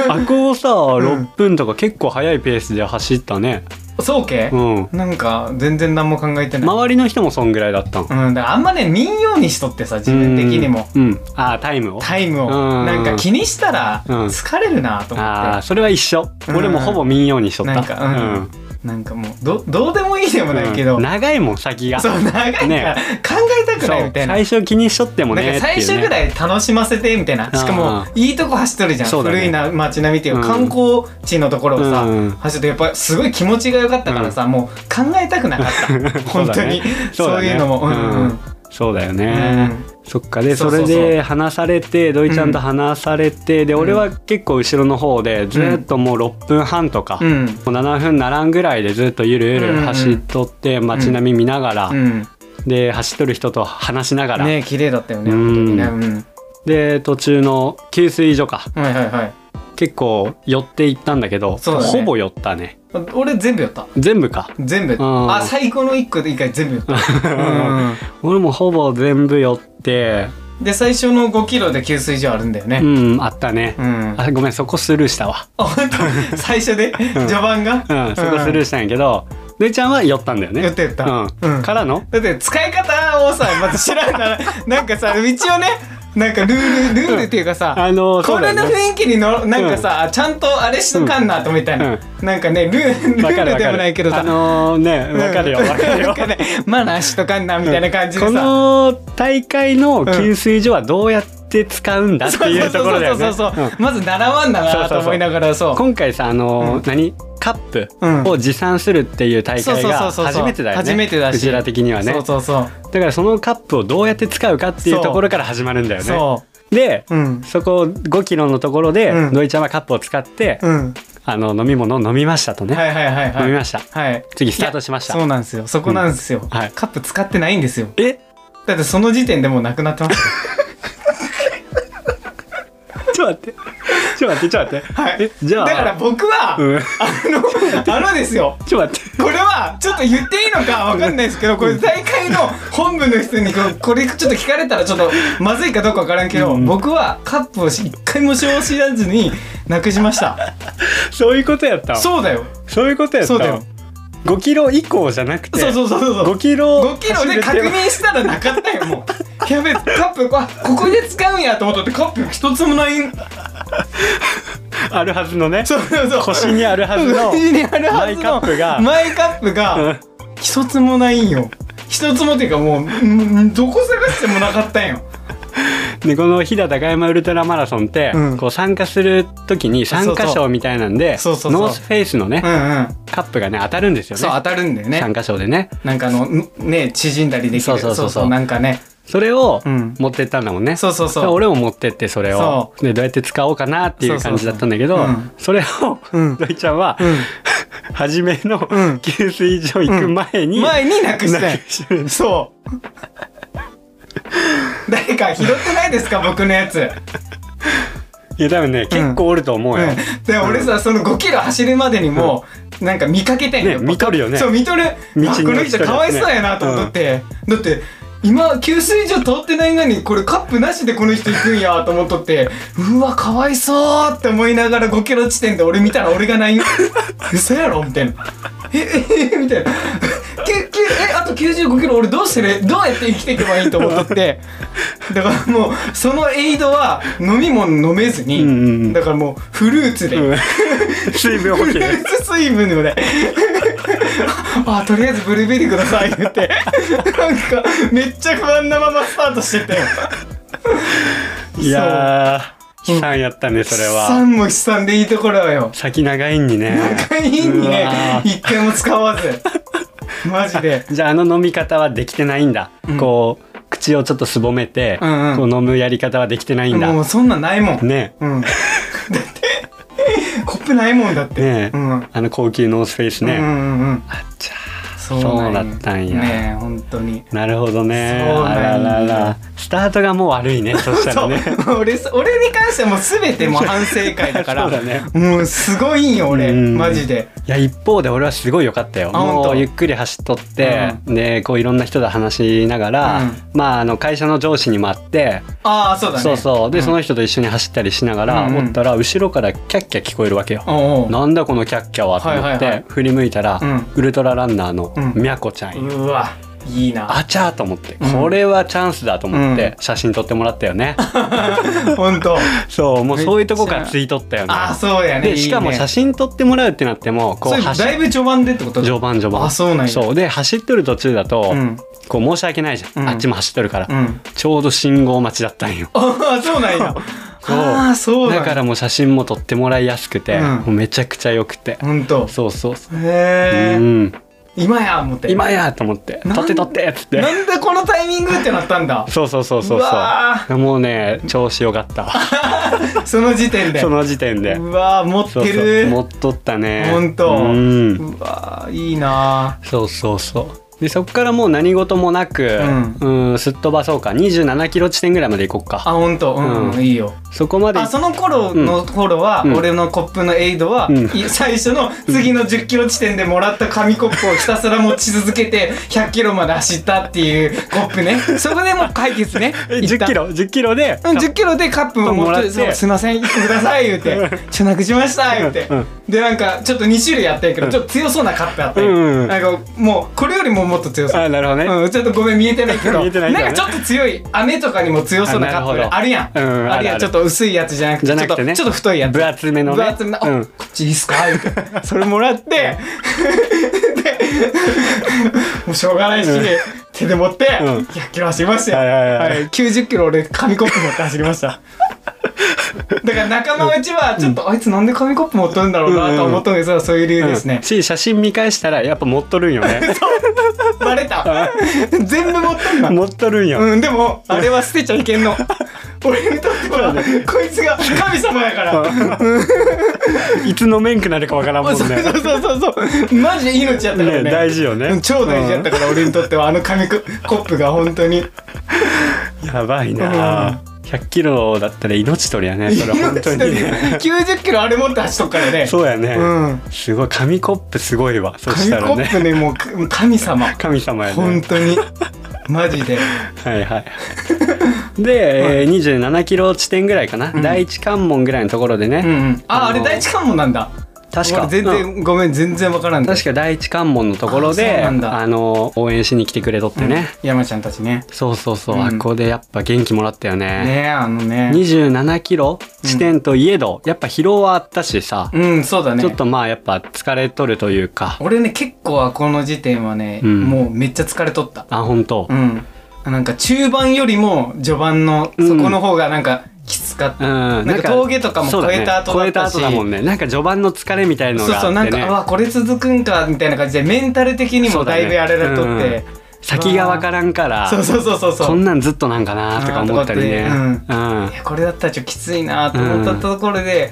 [SPEAKER 2] あこをさ
[SPEAKER 1] ん
[SPEAKER 2] 6分とか結構速いペースで走ったね
[SPEAKER 1] そうけ、
[SPEAKER 2] うん
[SPEAKER 1] なんか全然何も考えてない、
[SPEAKER 2] 周りの人もそんぐらいだったん
[SPEAKER 1] うん、だからあんまね民謡にしとってさ自分的にも
[SPEAKER 2] うんうんあータイムを
[SPEAKER 1] タイムを
[SPEAKER 2] うん
[SPEAKER 1] なんか気にしたら
[SPEAKER 2] うん
[SPEAKER 1] 疲れるなと思
[SPEAKER 2] あー
[SPEAKER 1] って
[SPEAKER 2] それは一緒
[SPEAKER 1] うん
[SPEAKER 2] 俺もほぼ民謡にしとった
[SPEAKER 1] なんかうん
[SPEAKER 2] うん
[SPEAKER 1] なんかもうどどうでもいいでもないけど、
[SPEAKER 2] うん長いもん先が
[SPEAKER 1] そう長いから、
[SPEAKER 2] ね
[SPEAKER 1] 考えたくないみたいな
[SPEAKER 2] 最初気にしとってもね
[SPEAKER 1] なんか最初
[SPEAKER 2] っていう
[SPEAKER 1] ぐ
[SPEAKER 2] ね
[SPEAKER 1] らい楽しませてみたいな、しかも
[SPEAKER 2] ああ
[SPEAKER 1] いいとこ走っとるじゃん、
[SPEAKER 2] そうだね
[SPEAKER 1] 古いな街並みっていううん観光地のところをさ、
[SPEAKER 2] うん
[SPEAKER 1] 走ってやっぱすごい気持ちが良かったからさ、もう考えたくなか
[SPEAKER 2] [laughs]
[SPEAKER 1] った本当に
[SPEAKER 2] そう
[SPEAKER 1] そう,、
[SPEAKER 2] だね
[SPEAKER 1] いうのも、うんうん
[SPEAKER 2] うんそうだよ
[SPEAKER 1] う
[SPEAKER 2] ね、
[SPEAKER 1] ん
[SPEAKER 2] そっかで
[SPEAKER 1] そ
[SPEAKER 2] そう
[SPEAKER 1] そうそ
[SPEAKER 2] れ
[SPEAKER 1] う
[SPEAKER 2] で話されて土井ちゃんと話されて、で
[SPEAKER 1] ん
[SPEAKER 2] 俺は結構後ろの方でずっともう6分半とか、
[SPEAKER 1] うん
[SPEAKER 2] もう7分ならんぐらいでずっとゆるゆる走っとって街並み見ながら、
[SPEAKER 1] うん
[SPEAKER 2] で走っとる人と話しながら、
[SPEAKER 1] ね綺麗だったよね
[SPEAKER 2] うん
[SPEAKER 1] 本当にね、うん、
[SPEAKER 2] で途中の給水所か
[SPEAKER 1] はいはいはい
[SPEAKER 2] 結構寄って行ったんだけど
[SPEAKER 1] そうだね
[SPEAKER 2] ほぼ寄ったね
[SPEAKER 1] 俺全部やった
[SPEAKER 2] 全部か
[SPEAKER 1] 全部
[SPEAKER 2] うん
[SPEAKER 1] あ最高の1個で1回全部やった
[SPEAKER 2] [laughs]
[SPEAKER 1] うん
[SPEAKER 2] 俺もほぼ全部寄って
[SPEAKER 1] で最初の5キロで給水所あるんだよ
[SPEAKER 2] う
[SPEAKER 1] ね
[SPEAKER 2] んあったね、
[SPEAKER 1] うん
[SPEAKER 2] あごめんそこスルーしたわ
[SPEAKER 1] あ本
[SPEAKER 2] [laughs]
[SPEAKER 1] 当最初で序盤が
[SPEAKER 2] うんそこスルーしたんやけど土井、ちゃんは寄ったんだよね
[SPEAKER 1] 寄ってった
[SPEAKER 2] うん
[SPEAKER 1] うん
[SPEAKER 2] からの
[SPEAKER 1] だって使い方をさまず知らん
[SPEAKER 2] [laughs]
[SPEAKER 1] からなんかさ一応ねなんかルールルールっていうかさ、
[SPEAKER 2] あのそ
[SPEAKER 1] こ
[SPEAKER 2] うだ
[SPEAKER 1] れ
[SPEAKER 2] よ
[SPEAKER 1] の
[SPEAKER 2] ね
[SPEAKER 1] 雰囲気にのなんかさ、ちゃんとあれしとかんなとみたいな、
[SPEAKER 2] うん
[SPEAKER 1] なんかねルールル
[SPEAKER 2] わか
[SPEAKER 1] ー
[SPEAKER 2] る
[SPEAKER 1] ル
[SPEAKER 2] わ
[SPEAKER 1] で
[SPEAKER 2] か
[SPEAKER 1] も
[SPEAKER 2] る
[SPEAKER 1] ないけどさ、
[SPEAKER 2] あのねわかるよわかる
[SPEAKER 1] な [laughs]
[SPEAKER 2] よ
[SPEAKER 1] んかねマナーしとかんなみたいな感じで
[SPEAKER 2] こ
[SPEAKER 1] さ、
[SPEAKER 2] の大会の給水所はどうやって使うんだって
[SPEAKER 1] そう
[SPEAKER 2] い
[SPEAKER 1] そう
[SPEAKER 2] うところだよね
[SPEAKER 1] そうそうそう、
[SPEAKER 2] うん
[SPEAKER 1] まず習わんだなと思いながらそう
[SPEAKER 2] 今回さあのー
[SPEAKER 1] うん
[SPEAKER 2] 何カップ
[SPEAKER 1] うん
[SPEAKER 2] を持参するっていう大会
[SPEAKER 1] そうそ
[SPEAKER 2] が
[SPEAKER 1] うそうそう
[SPEAKER 2] 初めてだよね
[SPEAKER 1] 初めてだし
[SPEAKER 2] うちら的にはね
[SPEAKER 1] そうそうそう
[SPEAKER 2] だからそのカップをどうやって使うかってい
[SPEAKER 1] そう
[SPEAKER 2] うところから始まるんだよね
[SPEAKER 1] そ
[SPEAKER 2] で
[SPEAKER 1] ううん
[SPEAKER 2] そこ5キロのところで
[SPEAKER 1] うん
[SPEAKER 2] 土井ちゃんはカップを使って
[SPEAKER 1] うん
[SPEAKER 2] あの飲み物を飲みましたとね
[SPEAKER 1] はいはいはい
[SPEAKER 2] 飲み
[SPEAKER 1] はい
[SPEAKER 2] ました
[SPEAKER 1] はい
[SPEAKER 2] 次スタートしまし
[SPEAKER 1] そ
[SPEAKER 2] た
[SPEAKER 1] うなんですよそこなんですよ、
[SPEAKER 2] んはい
[SPEAKER 1] カップ使ってないんですよ
[SPEAKER 2] え
[SPEAKER 1] だってその時点でもうなくなってます
[SPEAKER 2] ちょっと待ってちょっと待ってちょっと待って
[SPEAKER 1] はい
[SPEAKER 2] えじゃあ
[SPEAKER 1] だから僕は、
[SPEAKER 2] うん
[SPEAKER 1] あの、あのですよ。
[SPEAKER 2] ちょっと待って
[SPEAKER 1] これはちょっと言っていいのかわかんないですけど、これ大会の本部の人にここれちょっと聞かれたらちょっとまずいかどうかわからんけど、僕はカップを一回も使用しらずになくしました。
[SPEAKER 2] そういうことやったわ
[SPEAKER 1] そうだよ。
[SPEAKER 2] そういうことやった
[SPEAKER 1] そう
[SPEAKER 2] わ
[SPEAKER 1] だよ。
[SPEAKER 2] 5キロ以降じゃなくて
[SPEAKER 1] そうそうそうそうそう
[SPEAKER 2] 5。キロ
[SPEAKER 1] 5キロで確認したらなかったよもうやべえカップあここで使うんやと思ったってカップ一つもないん
[SPEAKER 2] あるはずのね
[SPEAKER 1] そうそうそう
[SPEAKER 2] 腰にあるはずの
[SPEAKER 1] 腰にあるはずの
[SPEAKER 2] マイカップが
[SPEAKER 1] マイカップ
[SPEAKER 2] う
[SPEAKER 1] が
[SPEAKER 2] ん
[SPEAKER 1] 一つもないんよ一つもっていうかもううんどこ探してもなかったんよ
[SPEAKER 2] でこの飛騨高山ウルトラマラソンって、
[SPEAKER 1] うん
[SPEAKER 2] こう参加する時に参加賞みたいなんで
[SPEAKER 1] そうそうそう
[SPEAKER 2] ノースフェイスのね、
[SPEAKER 1] うんうん
[SPEAKER 2] カップがね当たるんですよね
[SPEAKER 1] そう当たるんだよね
[SPEAKER 2] 参加賞でね
[SPEAKER 1] なんかあのんね縮んだりできる
[SPEAKER 2] そうそうそうそう
[SPEAKER 1] なんかね
[SPEAKER 2] それを
[SPEAKER 1] うん
[SPEAKER 2] 持ってったんだもんね、
[SPEAKER 1] そうそう
[SPEAKER 2] で
[SPEAKER 1] そう
[SPEAKER 2] 俺も持ってってそれを
[SPEAKER 1] そ
[SPEAKER 2] でどうやって使おうかなっていう感じだったんだけど
[SPEAKER 1] そ
[SPEAKER 2] そう
[SPEAKER 1] そうそううん
[SPEAKER 2] れを、
[SPEAKER 1] うん
[SPEAKER 2] 土井ちゃんは、
[SPEAKER 1] うん
[SPEAKER 2] 初めの
[SPEAKER 1] うん
[SPEAKER 2] 給水所行く前に、
[SPEAKER 1] 前になくしたん
[SPEAKER 2] な
[SPEAKER 1] よ
[SPEAKER 2] くしてる
[SPEAKER 1] そう [laughs] 誰か拾ってないですか僕のやつ
[SPEAKER 2] いや多分ね結構おると思うよ、
[SPEAKER 1] うん、で俺さその5キロ走るまでにも、なんか見かけたんよ、
[SPEAKER 2] ね見とるよね
[SPEAKER 1] そう見とる
[SPEAKER 2] 道に
[SPEAKER 1] あこの
[SPEAKER 2] 落ち
[SPEAKER 1] 人
[SPEAKER 2] とるやつね
[SPEAKER 1] かわいそうやなと思って、だって今給水所通ってないのにこれカップなしでこの人行くんやと思っとってうわかわいそうって思いながら5キロ地点で俺見たら俺がないよ [laughs] 嘘やろみたいなえええみたいな。きゅきゅえあと95キロ俺どうしてるどうやって生きていけばいいと思っとってだからもうそのエイドは飲み物飲めずに、
[SPEAKER 2] うんうんうん
[SPEAKER 1] だからもうフルーツで、 [laughs]
[SPEAKER 2] うん水分補
[SPEAKER 1] フ
[SPEAKER 2] 給
[SPEAKER 1] ルーツ水分でもね [laughs] あとりあえずブルーベリーください言ってなんかめっちゃ不安なままスタートしてて
[SPEAKER 2] いや
[SPEAKER 1] う
[SPEAKER 2] ー
[SPEAKER 1] ん
[SPEAKER 2] 悲惨やったねそれ
[SPEAKER 1] 悲
[SPEAKER 2] は
[SPEAKER 1] 惨も悲惨でいいところよ
[SPEAKER 2] 先長いんにね
[SPEAKER 1] 会員に
[SPEAKER 2] うわ
[SPEAKER 1] ね
[SPEAKER 2] ー
[SPEAKER 1] 一回も使わずマジで
[SPEAKER 2] じゃああの飲み方はできてないんだ、
[SPEAKER 1] ん
[SPEAKER 2] こう口をちょっとすぼめて、
[SPEAKER 1] うんうん
[SPEAKER 2] こう飲むやり方はできてないんだ
[SPEAKER 1] もうそんなんないもん
[SPEAKER 2] ね
[SPEAKER 1] うんだってコップないもんだって、
[SPEAKER 2] ね
[SPEAKER 1] う
[SPEAKER 2] え
[SPEAKER 1] ん、
[SPEAKER 2] あの高級ノースフェイスね、
[SPEAKER 1] うんうんうん
[SPEAKER 2] あっちゃ
[SPEAKER 1] そ
[SPEAKER 2] そ
[SPEAKER 1] な
[SPEAKER 2] うだ
[SPEAKER 1] んよ
[SPEAKER 2] ったんや
[SPEAKER 1] ねえ本当に
[SPEAKER 2] なるほどね
[SPEAKER 1] そうなん
[SPEAKER 2] あ
[SPEAKER 1] や
[SPEAKER 2] らららスタートがもう悪いねそしたらね
[SPEAKER 1] [laughs] そう俺そ俺に関してはもう全てもう反省会だから
[SPEAKER 2] [laughs] そうだね
[SPEAKER 1] もうすごいんよ俺
[SPEAKER 2] うん
[SPEAKER 1] マジで
[SPEAKER 2] いや一方で俺はすごい良かったよ
[SPEAKER 1] あ本当
[SPEAKER 2] もうゆっくり走っとって、でこういろんな人と話しながら、
[SPEAKER 1] うん
[SPEAKER 2] まああの会社の上司にも会って
[SPEAKER 1] ああそうだね
[SPEAKER 2] そうそうで、
[SPEAKER 1] ん
[SPEAKER 2] その人と一緒に走ったりしながら、
[SPEAKER 1] うんうん
[SPEAKER 2] 思ったら後ろからキャッキャ聞こえるわけよ、
[SPEAKER 1] おうおう
[SPEAKER 2] なんだこのキャッキャはと思っ
[SPEAKER 1] はいはいは
[SPEAKER 2] て
[SPEAKER 1] い
[SPEAKER 2] 振り向いたら、
[SPEAKER 1] うん
[SPEAKER 2] ウルトラランナーの
[SPEAKER 1] うん
[SPEAKER 2] みゃこちゃんよ、
[SPEAKER 1] うわいいな
[SPEAKER 2] [laughs] あちゃーと思って、
[SPEAKER 1] うん
[SPEAKER 2] これはチャンスだと思っ
[SPEAKER 1] うん
[SPEAKER 2] て写真撮ってもらった
[SPEAKER 1] [laughs]
[SPEAKER 2] よね、
[SPEAKER 1] 本
[SPEAKER 2] [laughs]
[SPEAKER 1] 当
[SPEAKER 2] そう
[SPEAKER 1] め
[SPEAKER 2] もう
[SPEAKER 1] っちゃ
[SPEAKER 2] そういうとこからツイートったよね
[SPEAKER 1] ああそうやね
[SPEAKER 2] でしかも写
[SPEAKER 1] 真
[SPEAKER 2] 真撮ってもらうってなってもこう走
[SPEAKER 1] だいぶ序盤でってこと
[SPEAKER 2] 序盤序盤
[SPEAKER 1] あそうなんや
[SPEAKER 2] そうで走ってる途中だと、
[SPEAKER 1] うん
[SPEAKER 2] こう申し訳ないじゃん、
[SPEAKER 1] うん
[SPEAKER 2] あっちも走ってるから、
[SPEAKER 1] うん [laughs]
[SPEAKER 2] ちょうど信号待ちだったんよ
[SPEAKER 1] ああそうなんや
[SPEAKER 2] [laughs] そう
[SPEAKER 1] ああそうなんや
[SPEAKER 2] だからもう写真も撮ってもらいやすくて、
[SPEAKER 1] うん
[SPEAKER 2] もうめちゃくちゃ良くて、
[SPEAKER 1] 本当
[SPEAKER 2] そうそうそう、
[SPEAKER 1] へ
[SPEAKER 2] う
[SPEAKER 1] え
[SPEAKER 2] ん
[SPEAKER 1] 今や思って
[SPEAKER 2] 今やと思って
[SPEAKER 1] なん
[SPEAKER 2] 撮って撮ってっつっ
[SPEAKER 1] [laughs]
[SPEAKER 2] て
[SPEAKER 1] なんでこのタイミングってなったん
[SPEAKER 2] [laughs]
[SPEAKER 1] だ
[SPEAKER 2] そうそうそうそう
[SPEAKER 1] うわ
[SPEAKER 2] そうもうね調子よかった
[SPEAKER 1] [laughs]
[SPEAKER 2] わ
[SPEAKER 1] その時点で
[SPEAKER 2] その時点で
[SPEAKER 1] うわー持
[SPEAKER 2] そ
[SPEAKER 1] っ
[SPEAKER 2] う
[SPEAKER 1] て
[SPEAKER 2] そう
[SPEAKER 1] る
[SPEAKER 2] 持っとったね
[SPEAKER 1] ほんと
[SPEAKER 2] うん
[SPEAKER 1] うわーいいな
[SPEAKER 2] そうそうそうでそっからもう何事もなく、
[SPEAKER 1] う
[SPEAKER 2] うん、すっ飛ばそうか27キロ地点ぐらいまで行こっ
[SPEAKER 1] ーあ
[SPEAKER 2] か
[SPEAKER 1] 本当うん、
[SPEAKER 2] う
[SPEAKER 1] いいよ
[SPEAKER 2] そこまで
[SPEAKER 1] あその頃の頃は、
[SPEAKER 2] うん
[SPEAKER 1] 俺のコップのエイドは、
[SPEAKER 2] うん
[SPEAKER 1] い最初の次の1 0キロ地点でもらった紙コップをひたすら持ち続けて1 0 0キロまで走ったっていうコッ
[SPEAKER 2] [laughs]
[SPEAKER 1] プねそこでもう解決ね
[SPEAKER 2] え10キ
[SPEAKER 1] ロ
[SPEAKER 2] ロ10キロで、
[SPEAKER 1] うん、10キロでカップを持
[SPEAKER 2] もら
[SPEAKER 1] っ
[SPEAKER 2] ってて
[SPEAKER 1] そうすいません、行ってください」言うて「ちょなくしました」言うて、
[SPEAKER 2] うんうん
[SPEAKER 1] でなんかちょっと2種類やったんやけど、ちょっと強そうなカップあったんや、
[SPEAKER 2] うんうんうん
[SPEAKER 1] なんかもうこれよりももっと強そう
[SPEAKER 2] あなるほどね、
[SPEAKER 1] うん、ちょっとごめん見えてないけど
[SPEAKER 2] [laughs] 見えてないからね
[SPEAKER 1] んかちょっと強い雨とかにも強そうなカップ
[SPEAKER 2] あなるほ
[SPEAKER 1] が
[SPEAKER 2] ど
[SPEAKER 1] あるやん、
[SPEAKER 2] うん
[SPEAKER 1] あるやん
[SPEAKER 2] あるある
[SPEAKER 1] ちょっと薄いやつじゃなくて
[SPEAKER 2] じゃなくてね
[SPEAKER 1] ちょっとちょっと太いやつ
[SPEAKER 2] 分厚めのね
[SPEAKER 1] 分厚めの、あ
[SPEAKER 2] うん
[SPEAKER 1] こっちいいっすか言う
[SPEAKER 2] [laughs]
[SPEAKER 1] てそれもらって [laughs] でもうしょうがないし、
[SPEAKER 2] うん
[SPEAKER 1] 手で持って
[SPEAKER 2] うん
[SPEAKER 1] 100キロ走りましたよ、
[SPEAKER 2] はいはいはい
[SPEAKER 1] 90キロ俺紙コップ持って走りました
[SPEAKER 2] [laughs]
[SPEAKER 1] だから仲間うちはちょっと、あいつなんで紙コップ持っとるんだろうなと思ったんですが、そういう理由ですね、
[SPEAKER 2] うんし写真見返したらやっぱ持っとるんよ
[SPEAKER 1] [laughs]
[SPEAKER 2] ね
[SPEAKER 1] バレた全部持っとんな
[SPEAKER 2] 持っとるんよ、
[SPEAKER 1] うん、でも、あれは捨てちゃいけん
[SPEAKER 2] [laughs]
[SPEAKER 1] の。俺にとっては、こいつが神様やから。
[SPEAKER 2] いつの面くなるかわからんもん
[SPEAKER 1] そう
[SPEAKER 2] ね
[SPEAKER 1] そうそうそう。マジで命やったからね。
[SPEAKER 2] ね大事よね
[SPEAKER 1] うん超大事やったから、俺にとっては、あの紙ココップが本当に。
[SPEAKER 2] やばいな、100キロだったら命取りやねそれ
[SPEAKER 1] [laughs]
[SPEAKER 2] は本当にね
[SPEAKER 1] 90キロあれ持って走っとくからね。
[SPEAKER 2] そうやね、
[SPEAKER 1] うん
[SPEAKER 2] すごい紙コップすごいわそ
[SPEAKER 1] 紙
[SPEAKER 2] したら
[SPEAKER 1] コ
[SPEAKER 2] ね
[SPEAKER 1] ップね、もう神様。
[SPEAKER 2] 神様やね
[SPEAKER 1] 本当に。マジで。
[SPEAKER 2] はいはい。
[SPEAKER 1] [laughs]
[SPEAKER 2] で、えー27キロ地点ぐらいかな、
[SPEAKER 1] ん
[SPEAKER 2] 第一関門ぐらいのところでね、
[SPEAKER 1] うんうん。あ、あ
[SPEAKER 2] あの
[SPEAKER 1] れ第一関門なんだ。
[SPEAKER 2] 確か
[SPEAKER 1] 俺全
[SPEAKER 2] うん
[SPEAKER 1] 然、ごめん、全然わからん。
[SPEAKER 2] 確か第一関門のところ
[SPEAKER 1] あそう
[SPEAKER 2] で
[SPEAKER 1] な
[SPEAKER 2] あ
[SPEAKER 1] んだ
[SPEAKER 2] の応援しに来てくれとってね、
[SPEAKER 1] 山ちゃんたちね。
[SPEAKER 2] そうそうそう、
[SPEAKER 1] うん
[SPEAKER 2] あここでやっぱ元気もらったよね
[SPEAKER 1] ねえ、あのね。
[SPEAKER 2] 27キロ地点といえど、やっぱ疲労はあったしさ、
[SPEAKER 1] うん、そうだね。
[SPEAKER 2] ちょっとまあやっぱ疲れとるというか
[SPEAKER 1] 俺ね結構はこの時点はね、
[SPEAKER 2] うん
[SPEAKER 1] もうめっちゃ疲れとった
[SPEAKER 2] あ本当、
[SPEAKER 1] うんなんか中盤よりも序盤の
[SPEAKER 2] うん
[SPEAKER 1] そこの方がなんかきつかっ
[SPEAKER 2] う
[SPEAKER 1] た、
[SPEAKER 2] ん、
[SPEAKER 1] なんか峠とかも
[SPEAKER 2] そうだね
[SPEAKER 1] 越えた後だったし
[SPEAKER 2] 越えた後だもんねなんか序盤の疲れみたいの
[SPEAKER 1] そう
[SPEAKER 2] が
[SPEAKER 1] そう
[SPEAKER 2] あ
[SPEAKER 1] な
[SPEAKER 2] っ
[SPEAKER 1] ん
[SPEAKER 2] て
[SPEAKER 1] か、
[SPEAKER 2] ね
[SPEAKER 1] あわこれ続くんかみたいな感じでメンタル的にもだいぶやられとって
[SPEAKER 2] 先がわからんから
[SPEAKER 1] そう,、そうそうそうそう
[SPEAKER 2] こんなんずっとなんかなとか思ったりね。
[SPEAKER 1] あーと
[SPEAKER 2] うん
[SPEAKER 1] いやこれだったらちょっときついなと思ったところで、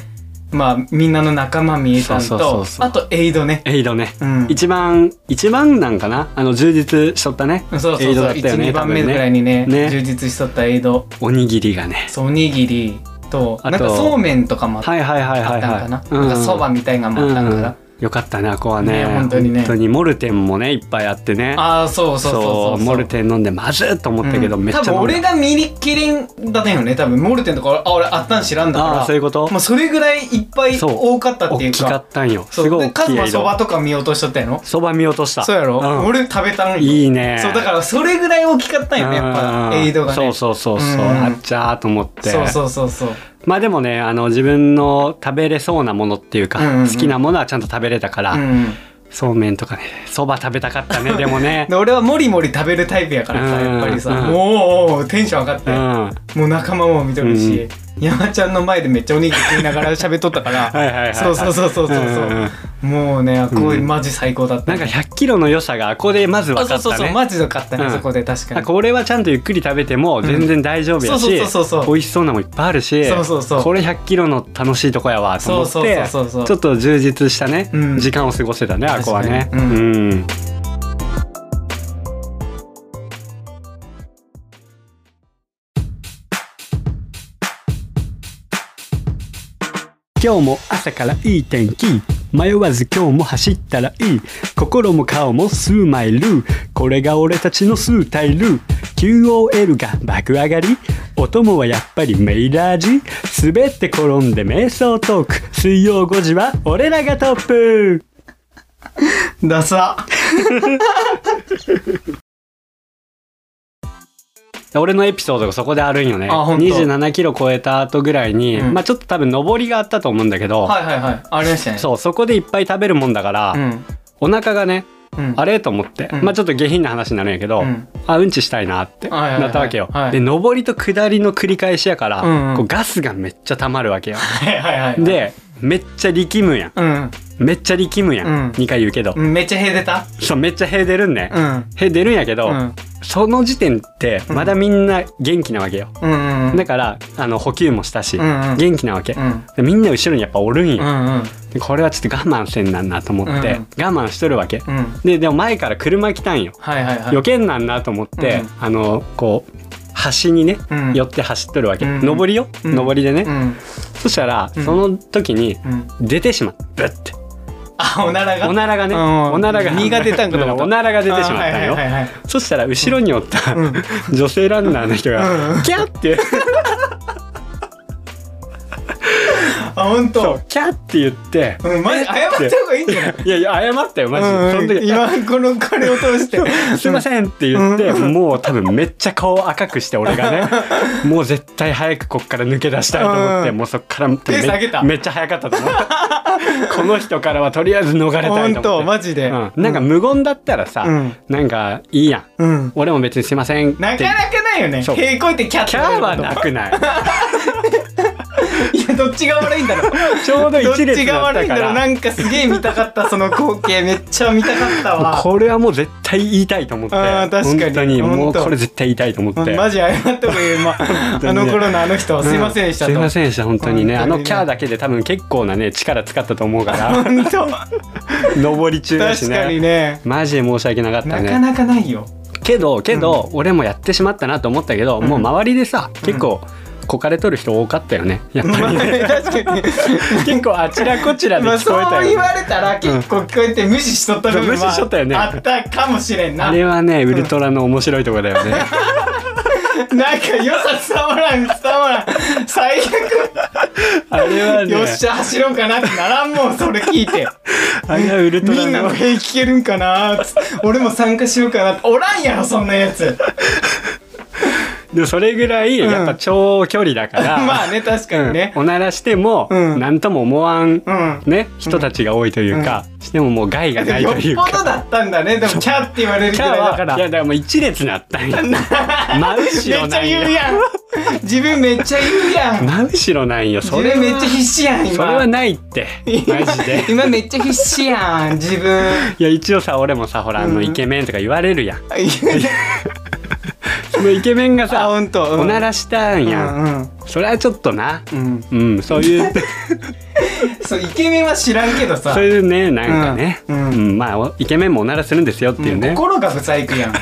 [SPEAKER 1] まあみんなの仲間見えたんと
[SPEAKER 2] そうそうそうそう
[SPEAKER 1] あとエイドね
[SPEAKER 2] エイドね、
[SPEAKER 1] うん
[SPEAKER 2] 一番一番なんかなあの充実しとったね
[SPEAKER 1] そうそうそう
[SPEAKER 2] エイドだったよね
[SPEAKER 1] 12番目
[SPEAKER 2] 多分
[SPEAKER 1] ぐ
[SPEAKER 2] ね
[SPEAKER 1] らいにね
[SPEAKER 2] ね
[SPEAKER 1] 充実しとったエイド
[SPEAKER 2] おにぎりがね
[SPEAKER 1] そうおにぎりと
[SPEAKER 2] あと
[SPEAKER 1] なんかそうめんとかもあった
[SPEAKER 2] はいはいはい
[SPEAKER 1] あ
[SPEAKER 2] は
[SPEAKER 1] っ
[SPEAKER 2] い
[SPEAKER 1] た
[SPEAKER 2] は
[SPEAKER 1] ん
[SPEAKER 2] い
[SPEAKER 1] かな、なんかそばみたいなのもあったんかな、
[SPEAKER 2] うんよかったねあこはね
[SPEAKER 1] ね本当にね
[SPEAKER 2] モルテンもねいっぱいあってね
[SPEAKER 1] ああそうそうそうそうそう
[SPEAKER 2] モルテン飲んでまずっと思ったけど、
[SPEAKER 1] うん
[SPEAKER 2] めっちゃ
[SPEAKER 1] 多
[SPEAKER 2] 飲んだ
[SPEAKER 1] 分俺がミリキリンだったよね多分モルテンとかあ俺あったん知らんだから
[SPEAKER 2] あーそういうこと
[SPEAKER 1] もうそれぐらいいっぱい
[SPEAKER 2] そう
[SPEAKER 1] 多かったっていう
[SPEAKER 2] 大きか
[SPEAKER 1] か
[SPEAKER 2] ったんよ
[SPEAKER 1] そう
[SPEAKER 2] すごい
[SPEAKER 1] で
[SPEAKER 2] 大
[SPEAKER 1] カ
[SPEAKER 2] き
[SPEAKER 1] ズ
[SPEAKER 2] い
[SPEAKER 1] マ
[SPEAKER 2] エイ
[SPEAKER 1] そ
[SPEAKER 2] ド
[SPEAKER 1] ばとか見落としとったやろ
[SPEAKER 2] そば見落とした
[SPEAKER 1] そうやろ、
[SPEAKER 2] ん
[SPEAKER 1] 俺食べたん
[SPEAKER 2] いいね
[SPEAKER 1] そうだからそれぐらい大きかったんよねやっぱ
[SPEAKER 2] うん
[SPEAKER 1] エイドがね
[SPEAKER 2] そうそうそうそ
[SPEAKER 1] うん
[SPEAKER 2] う、あっちゃーと思って
[SPEAKER 1] そうそうそうそう
[SPEAKER 2] まあでもねあの自分の食べれそうなものっていうか、
[SPEAKER 1] うんうんうん
[SPEAKER 2] 好きなものはちゃんと食べれたから、
[SPEAKER 1] うん
[SPEAKER 2] そうめんとかねそば食べたかったねで
[SPEAKER 1] [laughs]
[SPEAKER 2] もね
[SPEAKER 1] で俺はもりもり食べるタイプやからさやっぱりさ、
[SPEAKER 2] うんうん
[SPEAKER 1] もうテンション上がって、
[SPEAKER 2] うんはい
[SPEAKER 1] もう仲間も見とるし、山ちゃんの前でめっちゃおにぎり食いながら喋っとったか
[SPEAKER 2] [laughs] はい
[SPEAKER 1] ら
[SPEAKER 2] はいはい
[SPEAKER 1] そうそうそうそうそう,、
[SPEAKER 2] んんん
[SPEAKER 1] もうねこういう
[SPEAKER 2] うん
[SPEAKER 1] マジ最高だった、
[SPEAKER 2] なんか100キロの良さがここでまず分
[SPEAKER 1] あ
[SPEAKER 2] か
[SPEAKER 1] そう
[SPEAKER 2] っ
[SPEAKER 1] そう
[SPEAKER 2] た
[SPEAKER 1] そう
[SPEAKER 2] ね
[SPEAKER 1] マジで買ったね、
[SPEAKER 2] うん
[SPEAKER 1] そこで確か
[SPEAKER 2] あ
[SPEAKER 1] に
[SPEAKER 2] これはちゃんとゆっくり食べても全然大丈夫や
[SPEAKER 1] うん
[SPEAKER 2] し
[SPEAKER 1] そうそうそうそう
[SPEAKER 2] 美味しそうなもんいっぱいあるし
[SPEAKER 1] そうそうそう
[SPEAKER 2] これ100キロの楽しいとこやわと思っ
[SPEAKER 1] そうそう
[SPEAKER 2] て
[SPEAKER 1] そうそう
[SPEAKER 2] ちょっと充実したね、
[SPEAKER 1] うん
[SPEAKER 2] 時間を過ごせたねあここはね。
[SPEAKER 1] 確かにう
[SPEAKER 2] うん今日も朝からいい天気迷わず今日も走ったらいい心も顔も数枚ルーこれが俺たちの数体ルー QOL が爆上がりお供はやっぱりメイラージ滑って転んで瞑想トーク水曜5時は俺らがトップ
[SPEAKER 1] ダサ
[SPEAKER 2] 俺のエピソードがそこであるんよね
[SPEAKER 1] あほんと
[SPEAKER 2] 27キロ超えた後ぐらいに、
[SPEAKER 1] うん
[SPEAKER 2] まあちょっと多分上りがあったと思うんだけど、
[SPEAKER 1] はいはいはいありましたね
[SPEAKER 2] そうそこでいっぱい食べるもんだから、
[SPEAKER 1] うん
[SPEAKER 2] お腹がね
[SPEAKER 1] うん
[SPEAKER 2] あれと思って、
[SPEAKER 1] うん
[SPEAKER 2] まあちょっと下品な話になるんやけど、
[SPEAKER 1] うん
[SPEAKER 2] あうんちしたいなって
[SPEAKER 1] はいはいはい
[SPEAKER 2] なったわけよ、
[SPEAKER 1] はい
[SPEAKER 2] で上りと下りの繰り返しやから、
[SPEAKER 1] うんうん
[SPEAKER 2] こうガスがめっちゃ溜まるわけよ
[SPEAKER 1] はいはいはい
[SPEAKER 2] でめっちゃ力むやん
[SPEAKER 1] うん
[SPEAKER 2] めっちゃ力むやん、
[SPEAKER 1] うん
[SPEAKER 2] 2回言うけど、
[SPEAKER 1] うんめっちゃへ出た
[SPEAKER 2] そうめっちゃ屁出るんね、
[SPEAKER 1] うん
[SPEAKER 2] 屁出るんやけど、
[SPEAKER 1] うん
[SPEAKER 2] その時点ってまだみんな元気なわけよ、
[SPEAKER 1] うんうんうん
[SPEAKER 2] だからあの補給もしたし、
[SPEAKER 1] うんうん
[SPEAKER 2] 元気なわけ、
[SPEAKER 1] うん
[SPEAKER 2] でみんな後ろにやっぱおるん
[SPEAKER 1] う
[SPEAKER 2] よ、
[SPEAKER 1] ん
[SPEAKER 2] でこれはちょっと我慢せんなんなと思って、
[SPEAKER 1] うん
[SPEAKER 2] 我慢しとるわけ、
[SPEAKER 1] うんうん
[SPEAKER 2] ででも前から車来たんよ
[SPEAKER 1] はいはいはい
[SPEAKER 2] 余計なんなと思って、
[SPEAKER 1] うん
[SPEAKER 2] あのこう端にね、
[SPEAKER 1] うん
[SPEAKER 2] 寄って走っとるわけ、
[SPEAKER 1] うん
[SPEAKER 2] 上りよ、
[SPEAKER 1] うん
[SPEAKER 2] 上りでね、
[SPEAKER 1] うん
[SPEAKER 2] そしたら、
[SPEAKER 1] うん
[SPEAKER 2] その時に
[SPEAKER 1] うん
[SPEAKER 2] 出てしまったブッて
[SPEAKER 1] あおならが
[SPEAKER 2] おならがね、
[SPEAKER 1] うん
[SPEAKER 2] おならが
[SPEAKER 1] 身が出たんかと思った
[SPEAKER 2] おならが出てしまったんよ、
[SPEAKER 1] あはいはいはいはい
[SPEAKER 2] そしたら後ろにおった、
[SPEAKER 1] うん
[SPEAKER 2] 女性ランナーの人が、
[SPEAKER 1] うん
[SPEAKER 2] キャッて
[SPEAKER 1] あ本
[SPEAKER 2] そ
[SPEAKER 1] 当
[SPEAKER 2] うキャッて言って、
[SPEAKER 1] うんマジ謝った方がいいんじゃない
[SPEAKER 2] いやいや謝ったよマジで、
[SPEAKER 1] うん
[SPEAKER 2] その時
[SPEAKER 1] 今このこれを通
[SPEAKER 2] [laughs]
[SPEAKER 1] して
[SPEAKER 2] 「 [laughs] すいません」って言って、もう多分めっちゃ顔赤くして俺がねもう絶対早くこっから抜け出したいと思って、
[SPEAKER 1] うん
[SPEAKER 2] もうそっからめ
[SPEAKER 1] 手下げた
[SPEAKER 2] めっちゃ早かったと思う [laughs] この人からはとりあえず逃れたいと思って
[SPEAKER 1] 本当マジで
[SPEAKER 2] うん、なんか無言だったらさ、
[SPEAKER 1] うん
[SPEAKER 2] なんかいいやん
[SPEAKER 1] うん
[SPEAKER 2] 俺も別に「すいません」っ
[SPEAKER 1] な
[SPEAKER 2] て
[SPEAKER 1] かなかないよね
[SPEAKER 2] そう
[SPEAKER 1] 平行ってキャッ
[SPEAKER 2] キャーは
[SPEAKER 1] な
[SPEAKER 2] なくない
[SPEAKER 1] いやどっちが悪いんだろう
[SPEAKER 2] ちょう [laughs] ど
[SPEAKER 1] どっ
[SPEAKER 2] 一列
[SPEAKER 1] ちが
[SPEAKER 2] だっ
[SPEAKER 1] 悪い
[SPEAKER 2] た
[SPEAKER 1] ん
[SPEAKER 2] か
[SPEAKER 1] だろうな
[SPEAKER 2] ら
[SPEAKER 1] んかすげえ見たかったその光景めっちゃ見たかった
[SPEAKER 2] [laughs]
[SPEAKER 1] わ
[SPEAKER 2] これはもう絶対言いたいと思って
[SPEAKER 1] あー確かに
[SPEAKER 2] 本当にもう
[SPEAKER 1] 本当
[SPEAKER 2] これ絶対言いたいと思って
[SPEAKER 1] マジ謝った方がいい、
[SPEAKER 2] [laughs]
[SPEAKER 1] まあ、
[SPEAKER 2] 当
[SPEAKER 1] あ
[SPEAKER 2] にね
[SPEAKER 1] の頃のあの人はすいませんでした
[SPEAKER 2] う
[SPEAKER 1] と、
[SPEAKER 2] すいませんでした本当にね
[SPEAKER 1] 本
[SPEAKER 2] あ
[SPEAKER 1] 当にね
[SPEAKER 2] のキャーだけで多分結構なね力使ったと思うから
[SPEAKER 1] [laughs] 本当
[SPEAKER 2] 上り中だ [laughs] し
[SPEAKER 1] 確かに
[SPEAKER 2] ね
[SPEAKER 1] ね
[SPEAKER 2] マジで申し訳なかった
[SPEAKER 1] なか
[SPEAKER 2] ね
[SPEAKER 1] なかないよ
[SPEAKER 2] けどけど俺もやってしまったなと思ったけどもう周りでさ結構こかれとる人多かったよねやっ
[SPEAKER 1] [laughs] ま
[SPEAKER 2] [laughs] ぱ
[SPEAKER 1] あ
[SPEAKER 2] りね
[SPEAKER 1] ね確かに
[SPEAKER 2] 結構あちらこちらで
[SPEAKER 1] まあ
[SPEAKER 2] 聞
[SPEAKER 1] そ
[SPEAKER 2] こえた
[SPEAKER 1] う言
[SPEAKER 2] よね
[SPEAKER 1] われたら結構こうやって無視しとった部分は
[SPEAKER 2] そう無視しとったよね
[SPEAKER 1] あったかもしれんな
[SPEAKER 2] あ
[SPEAKER 1] なん
[SPEAKER 2] れはねウルトラの面白いとこだよね
[SPEAKER 1] か良さ伝わらん伝わらん最悪
[SPEAKER 2] あれはね
[SPEAKER 1] よっしゃ走ろうかなってならんもんそれ聞い
[SPEAKER 2] [laughs]
[SPEAKER 1] て
[SPEAKER 2] あれはウルト
[SPEAKER 1] み
[SPEAKER 2] ラ
[SPEAKER 1] んな
[SPEAKER 2] の
[SPEAKER 1] も平気けるんかなつって俺も参加しようかなっておらんやろそんなやつ
[SPEAKER 2] でもそれぐらいやっぱ長距離だから、
[SPEAKER 1] まあね確かにね
[SPEAKER 2] うんおならしても
[SPEAKER 1] うん
[SPEAKER 2] 何とも思わん、
[SPEAKER 1] うん
[SPEAKER 2] ね、人たちが多いというか、してももう害がない
[SPEAKER 1] よ
[SPEAKER 2] と
[SPEAKER 1] っ
[SPEAKER 2] いう
[SPEAKER 1] ぽ
[SPEAKER 2] か。
[SPEAKER 1] どだったんだねでもキャーって言われる
[SPEAKER 2] キ
[SPEAKER 1] ぐ
[SPEAKER 2] ャ
[SPEAKER 1] らい
[SPEAKER 2] は
[SPEAKER 1] だか
[SPEAKER 2] いや
[SPEAKER 1] ら
[SPEAKER 2] だからもう一列なっ
[SPEAKER 1] [laughs]
[SPEAKER 2] たんや真後
[SPEAKER 1] め
[SPEAKER 2] ろ
[SPEAKER 1] っちゃ
[SPEAKER 2] なん
[SPEAKER 1] 言う
[SPEAKER 2] よ
[SPEAKER 1] やん自分めっちゃ言うやん
[SPEAKER 2] 真後ろなんよそ
[SPEAKER 1] 自
[SPEAKER 2] れ
[SPEAKER 1] 分めっちゃ
[SPEAKER 2] は
[SPEAKER 1] 必死やん今
[SPEAKER 2] それはないってマジ
[SPEAKER 1] [laughs]
[SPEAKER 2] で
[SPEAKER 1] 今めっちゃ必死やん自分
[SPEAKER 2] [laughs] いや一応さ俺もさほらあの
[SPEAKER 1] うん
[SPEAKER 2] イケメンとか言われるやん、そのイケメンが
[SPEAKER 1] あ
[SPEAKER 2] さ、
[SPEAKER 1] ほんとうん
[SPEAKER 2] おならしたん
[SPEAKER 1] う
[SPEAKER 2] やん、
[SPEAKER 1] んうん
[SPEAKER 2] それはちょっとな
[SPEAKER 1] うん、
[SPEAKER 2] うんそう
[SPEAKER 1] [laughs]
[SPEAKER 2] いう
[SPEAKER 1] そうイケメンは知らんけどさ
[SPEAKER 2] そういうねなんかね、う
[SPEAKER 1] うんん
[SPEAKER 2] まあおイケメンもおならするんですよっていうね、
[SPEAKER 1] うん心が不細工や
[SPEAKER 2] [laughs]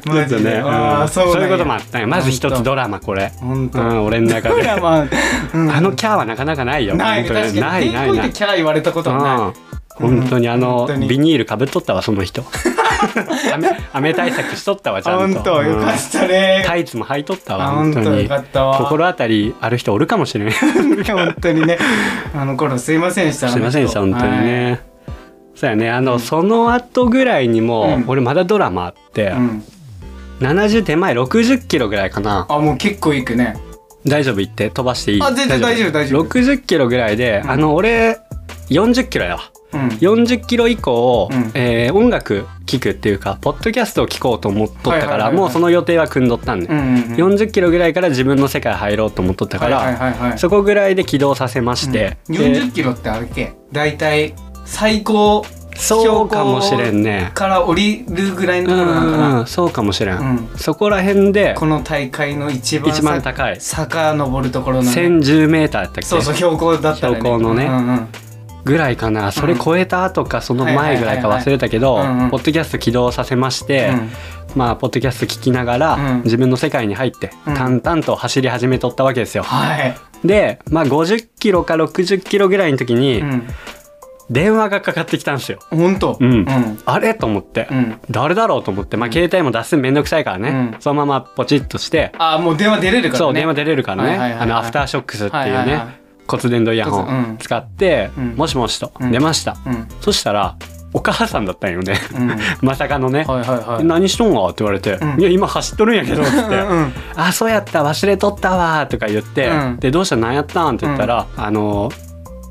[SPEAKER 1] ん
[SPEAKER 2] ちょっとね、
[SPEAKER 1] あー
[SPEAKER 2] うんそう
[SPEAKER 1] なんや
[SPEAKER 2] いうこともあったんよまず一つドラマこれ、
[SPEAKER 1] ほん
[SPEAKER 2] う
[SPEAKER 1] と
[SPEAKER 2] ん、俺の中
[SPEAKER 1] い
[SPEAKER 2] で
[SPEAKER 1] やまあ、
[SPEAKER 2] [laughs]
[SPEAKER 1] うん
[SPEAKER 2] あのキャーはなかなかないよ
[SPEAKER 1] ないね
[SPEAKER 2] 本当
[SPEAKER 1] 確
[SPEAKER 2] にな
[SPEAKER 1] か
[SPEAKER 2] い
[SPEAKER 1] に
[SPEAKER 2] な
[SPEAKER 1] ないい
[SPEAKER 2] な
[SPEAKER 1] ないキャラ言われたことない
[SPEAKER 2] うん本当にあの
[SPEAKER 1] 本当に
[SPEAKER 2] ビニールかぶっとったわそ
[SPEAKER 1] [laughs]
[SPEAKER 2] の人雨雨対策しとったわちゃ
[SPEAKER 1] ほ
[SPEAKER 2] んと
[SPEAKER 1] んとよか
[SPEAKER 2] うん
[SPEAKER 1] ったね
[SPEAKER 2] タイツも履いとったわ
[SPEAKER 1] あ
[SPEAKER 2] 本当
[SPEAKER 1] ほんと
[SPEAKER 2] に
[SPEAKER 1] よかったわ
[SPEAKER 2] 心当たりある人おるかもしれんす
[SPEAKER 1] [laughs] 本当にねあの頃すいませんでした
[SPEAKER 2] いませんでした本当に
[SPEAKER 1] はい
[SPEAKER 2] ねそうやねあのその後ぐらいにも
[SPEAKER 1] うん
[SPEAKER 2] 俺まだドラマあって
[SPEAKER 1] うん、
[SPEAKER 2] 70手前60キロぐらいかな
[SPEAKER 1] あもう結構いくね
[SPEAKER 2] 大丈夫行って飛ばしていい
[SPEAKER 1] あ全然大丈夫大丈夫
[SPEAKER 2] 60キロぐらいで、
[SPEAKER 1] ん
[SPEAKER 2] あの俺40キロやわ
[SPEAKER 1] うん
[SPEAKER 2] 40キロ以降、
[SPEAKER 1] うん
[SPEAKER 2] えー音楽聴くっていうかポッドキャストを聴こうと思っとったから、
[SPEAKER 1] はいはいはいはい
[SPEAKER 2] もうその予定は組んどったんで、
[SPEAKER 1] うんうんうん
[SPEAKER 2] 40キロぐらいから自分の世界入ろうと思っとったから、
[SPEAKER 1] はいはいはいはい
[SPEAKER 2] そこぐらいで起動させまして、
[SPEAKER 1] うん
[SPEAKER 2] で
[SPEAKER 1] 40キロってあれけ大体最高
[SPEAKER 2] そうかもしれんね
[SPEAKER 1] から降りるぐらいの
[SPEAKER 2] う
[SPEAKER 1] ところなのか
[SPEAKER 2] ん、う、
[SPEAKER 1] なん
[SPEAKER 2] そうかもしれん、
[SPEAKER 1] うん
[SPEAKER 2] そこら辺で
[SPEAKER 1] [laughs] この大会の一番
[SPEAKER 2] 一番高い
[SPEAKER 1] 坂登るところの、ね、
[SPEAKER 2] 1010m だったっけ
[SPEAKER 1] そうそう標高だったら、ね、
[SPEAKER 2] 標高のね
[SPEAKER 1] うんうん
[SPEAKER 2] ぐらいかなそれ超えた後かその前ぐらいか忘れたけど
[SPEAKER 1] はいはいはいはいうんうん
[SPEAKER 2] ポッドキャスト起動させまして、まあポッドキャスト聞きながら、
[SPEAKER 1] うん
[SPEAKER 2] 自分の世界に入って
[SPEAKER 1] うん
[SPEAKER 2] 淡々と走り始めとったわけですよ。
[SPEAKER 1] はい、
[SPEAKER 2] で、まあ、50キロか60キロぐらいの時に
[SPEAKER 1] うん、
[SPEAKER 2] 電話がかかってきたんですよ。
[SPEAKER 1] ほんと
[SPEAKER 2] うん
[SPEAKER 1] うん
[SPEAKER 2] あれと思って、
[SPEAKER 1] うん
[SPEAKER 2] 誰だろうと思って、まあ、携帯も出すのめんどくさいからね、
[SPEAKER 1] うん
[SPEAKER 2] そのままポチッとして、
[SPEAKER 1] あもう電話出れるからね
[SPEAKER 2] そう電話出れるからね、
[SPEAKER 1] はいはいはいはい
[SPEAKER 2] あのアフターショックスっていうね、
[SPEAKER 1] はいはいはい
[SPEAKER 2] 骨伝導イヤホ
[SPEAKER 1] 骨う
[SPEAKER 2] ン
[SPEAKER 1] ん
[SPEAKER 2] 使って、
[SPEAKER 1] うん
[SPEAKER 2] もしもしと、
[SPEAKER 1] うん
[SPEAKER 2] 出ました。
[SPEAKER 1] うん
[SPEAKER 2] そしたらお母さんだったんよね、
[SPEAKER 1] うんはい
[SPEAKER 2] [laughs] まさかのね、
[SPEAKER 1] はいはい
[SPEAKER 2] 何しとんわって言われて「
[SPEAKER 1] うん
[SPEAKER 2] いや今走っとるんやけど」っつって
[SPEAKER 1] うんうん
[SPEAKER 2] 「あそうやった忘れとったわ」とか言って「
[SPEAKER 1] うん
[SPEAKER 2] でどうしたなんやったん?」って言ったら、あの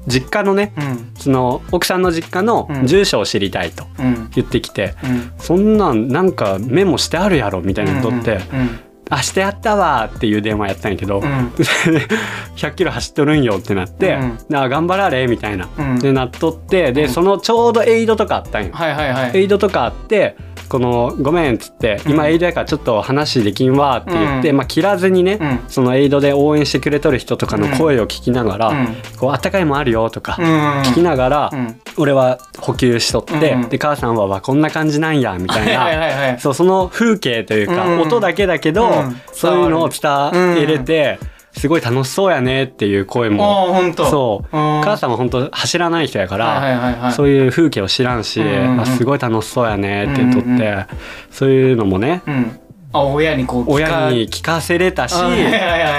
[SPEAKER 2] 実家のね
[SPEAKER 1] うん
[SPEAKER 2] その奥さんの実家の
[SPEAKER 1] うん
[SPEAKER 2] 住所を知りたいと
[SPEAKER 1] うん
[SPEAKER 2] 言ってきて
[SPEAKER 1] うんうん
[SPEAKER 2] 「そんなんなんかメモしてあるやろ」みたいなことって
[SPEAKER 1] うんうん
[SPEAKER 2] 「あしてやったわ」っていう電話やったんやけど、 [laughs]
[SPEAKER 1] うん
[SPEAKER 2] 100キロ走っとるんよってなって
[SPEAKER 1] うん
[SPEAKER 2] 「なあ頑張られ」みたいな。
[SPEAKER 1] うん
[SPEAKER 2] でなっとってで
[SPEAKER 1] うん
[SPEAKER 2] そのちょうどエイドとかあったんよ。
[SPEAKER 1] はいはいはい
[SPEAKER 2] エイドとかあってこの「ごめん」っつって「
[SPEAKER 1] うん
[SPEAKER 2] 今エイドやからちょっと話できんわ」って言って、
[SPEAKER 1] うん
[SPEAKER 2] まあ、切らずにね、
[SPEAKER 1] うん
[SPEAKER 2] そのエイドで応援してくれとる人とかの声を聞きながら「
[SPEAKER 1] うん
[SPEAKER 2] こうあったかいもんあるよ」とか
[SPEAKER 1] うんうん
[SPEAKER 2] 聞きながら、
[SPEAKER 1] うん
[SPEAKER 2] 俺は補給しとって、
[SPEAKER 1] うん
[SPEAKER 2] で母さんはわ「こんな感じなんや」みたい
[SPEAKER 1] はい
[SPEAKER 2] な。
[SPEAKER 1] はいはいはい
[SPEAKER 2] そうその風景というか、
[SPEAKER 1] うん
[SPEAKER 2] 音だけだけど、
[SPEAKER 1] うん
[SPEAKER 2] そういうのを伝えれて、すごい楽しそうやねっていう声も、
[SPEAKER 1] おーほんと
[SPEAKER 2] そう
[SPEAKER 1] うん
[SPEAKER 2] 母さんは本当走らない人やから、
[SPEAKER 1] はいはいはいはい
[SPEAKER 2] そういう風景を知らんし、
[SPEAKER 1] うんうんうん
[SPEAKER 2] あすごい楽しそうやねって撮
[SPEAKER 1] う
[SPEAKER 2] って、
[SPEAKER 1] んうんう
[SPEAKER 2] そういうのもね
[SPEAKER 1] うんあ親にこう聞か
[SPEAKER 2] 親に聞かせれたし、
[SPEAKER 1] あ [laughs] はいはい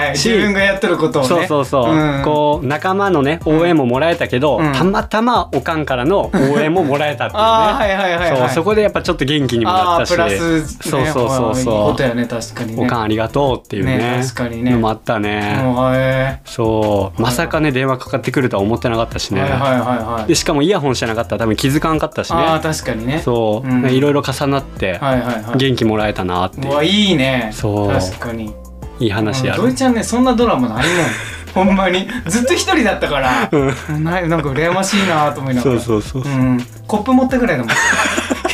[SPEAKER 1] はい
[SPEAKER 2] し
[SPEAKER 1] 自分がやってることをね
[SPEAKER 2] [laughs] そうそうそう、
[SPEAKER 1] ん
[SPEAKER 2] こう仲間のね応援ももらえたけど、
[SPEAKER 1] うん
[SPEAKER 2] たまたまおかんからの応援ももらえたっていう
[SPEAKER 1] [laughs]
[SPEAKER 2] ね。
[SPEAKER 1] ああはいはいはい
[SPEAKER 2] そ
[SPEAKER 1] は
[SPEAKER 2] う
[SPEAKER 1] い
[SPEAKER 2] そこでやっぱちょっと元気にもなっ
[SPEAKER 1] あ
[SPEAKER 2] た
[SPEAKER 1] あ
[SPEAKER 2] し
[SPEAKER 1] プラス、ね、
[SPEAKER 2] そうそうそうそう
[SPEAKER 1] いいことやね確かにね
[SPEAKER 2] おかんありがとうっていうね
[SPEAKER 1] ね確かにね
[SPEAKER 2] のもあったね、
[SPEAKER 1] もうへ
[SPEAKER 2] そうまさかね電話かかってくるとは思ってなかったし
[SPEAKER 1] え
[SPEAKER 2] ね、
[SPEAKER 1] はいはいはいはい
[SPEAKER 2] でしかもイヤホンしてなかったら多分気づかんかったしね
[SPEAKER 1] ああ確かにね
[SPEAKER 2] そう、
[SPEAKER 1] うん
[SPEAKER 2] いろいろ重なって
[SPEAKER 1] はいはいはい
[SPEAKER 2] 元気もらえたなってい
[SPEAKER 1] う
[SPEAKER 2] う
[SPEAKER 1] わいいね
[SPEAKER 2] そう
[SPEAKER 1] 確かに
[SPEAKER 2] いい話や
[SPEAKER 1] うん
[SPEAKER 2] ろ
[SPEAKER 1] 土井ちゃんねそんなドラマない
[SPEAKER 2] [laughs]
[SPEAKER 1] もんほんまにずっと一人だったからないなんか羨ましいなと思いなが
[SPEAKER 2] そ
[SPEAKER 1] ら
[SPEAKER 2] うそうそうそう
[SPEAKER 1] うんコップ持ったぐらい
[SPEAKER 2] [laughs]
[SPEAKER 1] だもん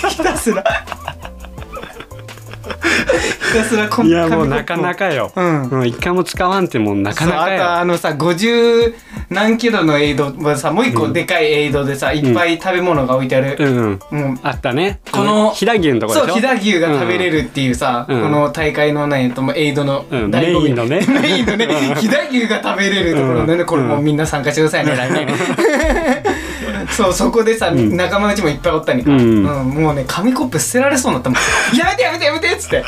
[SPEAKER 1] ひたすらひたすらコ
[SPEAKER 2] いやもう
[SPEAKER 1] 紙コ
[SPEAKER 2] な
[SPEAKER 1] ップを
[SPEAKER 2] かなかよ
[SPEAKER 1] うん
[SPEAKER 2] うん一回も使わんってもうなかな
[SPEAKER 1] そう
[SPEAKER 2] か
[SPEAKER 1] あと
[SPEAKER 2] よ
[SPEAKER 1] あのさ50何キロのエイドはさもう一個でかいエイドでさ、いっぱい食べ物が置いてあ
[SPEAKER 2] う
[SPEAKER 1] る、
[SPEAKER 2] んうん
[SPEAKER 1] もう
[SPEAKER 2] あったね
[SPEAKER 1] この
[SPEAKER 2] 飛騨牛のとこでし
[SPEAKER 1] そ
[SPEAKER 2] ょ
[SPEAKER 1] う飛騨牛が食べれるっていうさ、
[SPEAKER 2] うん
[SPEAKER 1] この大会の何やともエイドの
[SPEAKER 2] うん
[SPEAKER 1] 醍醐味
[SPEAKER 2] メインのね
[SPEAKER 1] メインのね飛騨牛が食べれるところね、
[SPEAKER 2] うん
[SPEAKER 1] これもうみんな参加してくださいね、来
[SPEAKER 2] [laughs]
[SPEAKER 1] 年そうそこでさ、仲間うちもいっぱいおったにか、
[SPEAKER 2] うん
[SPEAKER 1] もうね紙コップ捨てられそうになったもんやめてやめてやめてっつって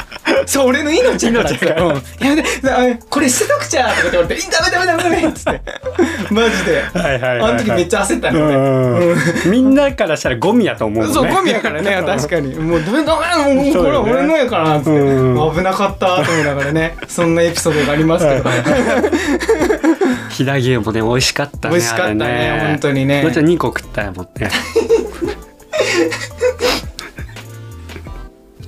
[SPEAKER 1] そう俺の命やからっつって
[SPEAKER 2] 命やから
[SPEAKER 1] うんやめてあこれ捨てとくちゃとかって言われてダメダメダメダメっつってマジで
[SPEAKER 2] はいはいはいはい
[SPEAKER 1] あの時めっちゃ焦った
[SPEAKER 2] う
[SPEAKER 1] のね、
[SPEAKER 2] んうんうんみんなからしたらゴミやと思うもんね
[SPEAKER 1] そう、ゴミや [laughs] からね、確かに。もう、ダメダメ、もう、
[SPEAKER 2] そう
[SPEAKER 1] これ
[SPEAKER 2] よね
[SPEAKER 1] 俺のやからな、つって。
[SPEAKER 2] うん
[SPEAKER 1] 危なかった、と思いながらね。そんなエピソードがあります [laughs] けど。
[SPEAKER 2] 飛騨牛もね美味しかったね
[SPEAKER 1] 美味しかったね
[SPEAKER 2] あれ
[SPEAKER 1] 本当にね
[SPEAKER 2] どっちゃん2個食ったやもん
[SPEAKER 1] [laughs]
[SPEAKER 2] ね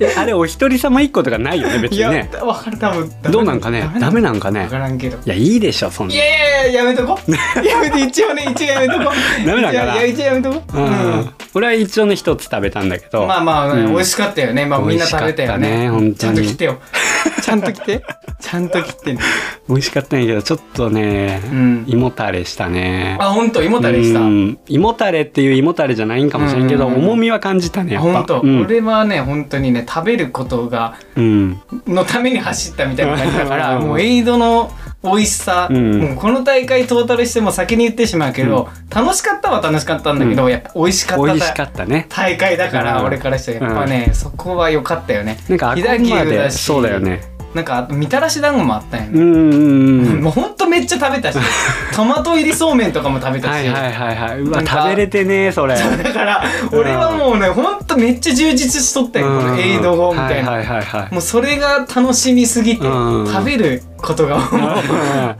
[SPEAKER 2] えあれお一人様1個とかないよね別
[SPEAKER 1] い
[SPEAKER 2] に
[SPEAKER 1] や、
[SPEAKER 2] ね
[SPEAKER 1] わかる、多分。
[SPEAKER 2] どうなんかねダメなんかね
[SPEAKER 1] わからんけど。
[SPEAKER 2] いやいいでしょそ
[SPEAKER 1] い
[SPEAKER 2] んな
[SPEAKER 1] やいやいや、やめと [laughs] こ。やめて、一応ね、一応やめとこ。
[SPEAKER 2] ダメなんかない
[SPEAKER 1] や、一応やめとこ。う
[SPEAKER 2] うん
[SPEAKER 1] ん。
[SPEAKER 2] 俺は一応ね一つ食べたんだけど、
[SPEAKER 1] まあまあね、
[SPEAKER 2] うん
[SPEAKER 1] 美味しかったよね。まあ、みんな食べたよね。
[SPEAKER 2] 美味し
[SPEAKER 1] ち
[SPEAKER 2] か
[SPEAKER 1] ゃ
[SPEAKER 2] ったね本当
[SPEAKER 1] んと
[SPEAKER 2] に
[SPEAKER 1] 来てよ。ちゃんと来 [laughs] て。ちゃんと来てね。
[SPEAKER 2] 美味しかったんやけどちょっとね、
[SPEAKER 1] うん
[SPEAKER 2] 胃もたれしたね
[SPEAKER 1] あ、ほんと、胃もたれした
[SPEAKER 2] う。ん胃もたれっていう胃もたれじゃないんかもしれんけど、
[SPEAKER 1] うんうんうん
[SPEAKER 2] 重みは感じたねやっぱ
[SPEAKER 1] ほんと。
[SPEAKER 2] うん
[SPEAKER 1] 俺はね、本当にね、食べることが、
[SPEAKER 2] うん
[SPEAKER 1] のために走ったみたいな感じだか
[SPEAKER 2] う
[SPEAKER 1] ら
[SPEAKER 2] ん
[SPEAKER 1] もうエイドの美味しさ、
[SPEAKER 2] うん
[SPEAKER 1] もうこの大会トータルしても先に言ってしまうけど、楽しかったは楽しかったんだけど、やっぱ美味しかった
[SPEAKER 2] 美味しかったね
[SPEAKER 1] 大会だから、
[SPEAKER 2] うん
[SPEAKER 1] 俺からしたらやっぱね、そこは良かったよね
[SPEAKER 2] なんかあくまでそうだよね
[SPEAKER 1] なんかあとみたらし団子もあったよ
[SPEAKER 2] う
[SPEAKER 1] ね、
[SPEAKER 2] ん
[SPEAKER 1] [laughs]
[SPEAKER 2] うんうん
[SPEAKER 1] もうほんとめっちゃ食べ
[SPEAKER 2] [laughs]
[SPEAKER 1] たしトマト入りそうめんとかも食べたし、
[SPEAKER 2] はいはいはいはいう
[SPEAKER 1] な
[SPEAKER 2] わ
[SPEAKER 1] んか
[SPEAKER 2] 食べれてねそれ
[SPEAKER 1] だから俺はもうねほんとめっちゃ充実しとったよ、このエイド後みたいな、
[SPEAKER 2] はいはいはいはい [laughs]
[SPEAKER 1] もうそれが楽しみすぎて、
[SPEAKER 2] うん
[SPEAKER 1] 食べることがもうもう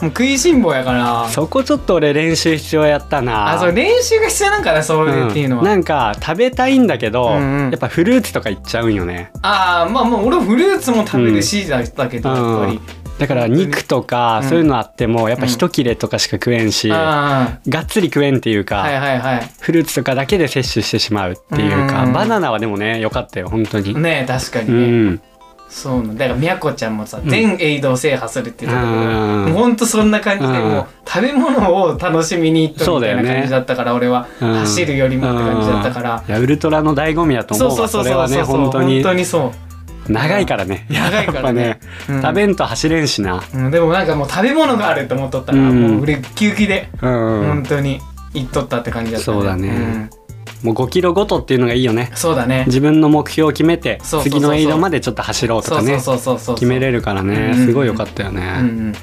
[SPEAKER 1] 食いしん坊やから
[SPEAKER 2] そこちょっと俺練習必要やったな
[SPEAKER 1] あそう練習が必要なんかなそういうっていうのは、
[SPEAKER 2] ん、なんか食べたいんだけど、
[SPEAKER 1] うんうん
[SPEAKER 2] やっぱフルーツとかいっちゃうんよね
[SPEAKER 1] ああまあもう俺フルーツも食べるしだったけど、
[SPEAKER 2] うん
[SPEAKER 1] やっぱ
[SPEAKER 2] だから肉とか
[SPEAKER 1] うん
[SPEAKER 2] そういうのあってもやっぱ一切れとかしか食えんし、
[SPEAKER 1] りあ
[SPEAKER 2] がっつり食えんっていうか、
[SPEAKER 1] あはいはいはい
[SPEAKER 2] フルーツとかだけで摂取してしまうっていうか、
[SPEAKER 1] うん
[SPEAKER 2] バナナはでもね良かったよ本当に、
[SPEAKER 1] ねえ確かに
[SPEAKER 2] う
[SPEAKER 1] ね、
[SPEAKER 2] ん
[SPEAKER 1] そうなんだからみやこちゃんもさ、
[SPEAKER 2] ん
[SPEAKER 1] 全エイドを制覇するって言ってたけど、
[SPEAKER 2] うん
[SPEAKER 1] もうほんとそんな感じで、
[SPEAKER 2] うん
[SPEAKER 1] もう食べ物を楽しみに行ったみたい
[SPEAKER 2] そうだよ
[SPEAKER 1] な
[SPEAKER 2] ね
[SPEAKER 1] 感じだったから、俺は、
[SPEAKER 2] うん
[SPEAKER 1] 走るよりもって感じだったから
[SPEAKER 2] うん、いやウルトラの醍醐味だと思
[SPEAKER 1] そううそうそうそう
[SPEAKER 2] わそれ
[SPEAKER 1] そう
[SPEAKER 2] は
[SPEAKER 1] そ
[SPEAKER 2] ね
[SPEAKER 1] う
[SPEAKER 2] 本当に
[SPEAKER 1] 本当にそ
[SPEAKER 2] 長いからね
[SPEAKER 1] 長いからね
[SPEAKER 2] やっぱ
[SPEAKER 1] うん
[SPEAKER 2] 食べんと走れんしな
[SPEAKER 1] う、うん、でもなんかもう食べ物があると思っとったら、
[SPEAKER 2] うん
[SPEAKER 1] もう俺ウキウキで
[SPEAKER 2] うんうん
[SPEAKER 1] 本当に行っとったって感じだった、
[SPEAKER 2] そうだね
[SPEAKER 1] ん
[SPEAKER 2] もう5キロごとっていうのがいいよね
[SPEAKER 1] そうだね
[SPEAKER 2] 自分の目標を決めて
[SPEAKER 1] そうそうそうそう
[SPEAKER 2] 次のエイドまでちょっと走ろうと
[SPEAKER 1] そ
[SPEAKER 2] か
[SPEAKER 1] う
[SPEAKER 2] ね
[SPEAKER 1] そうそうそうそう
[SPEAKER 2] 決めれるからね
[SPEAKER 1] うん
[SPEAKER 2] すごい良かったよね、
[SPEAKER 1] うんうん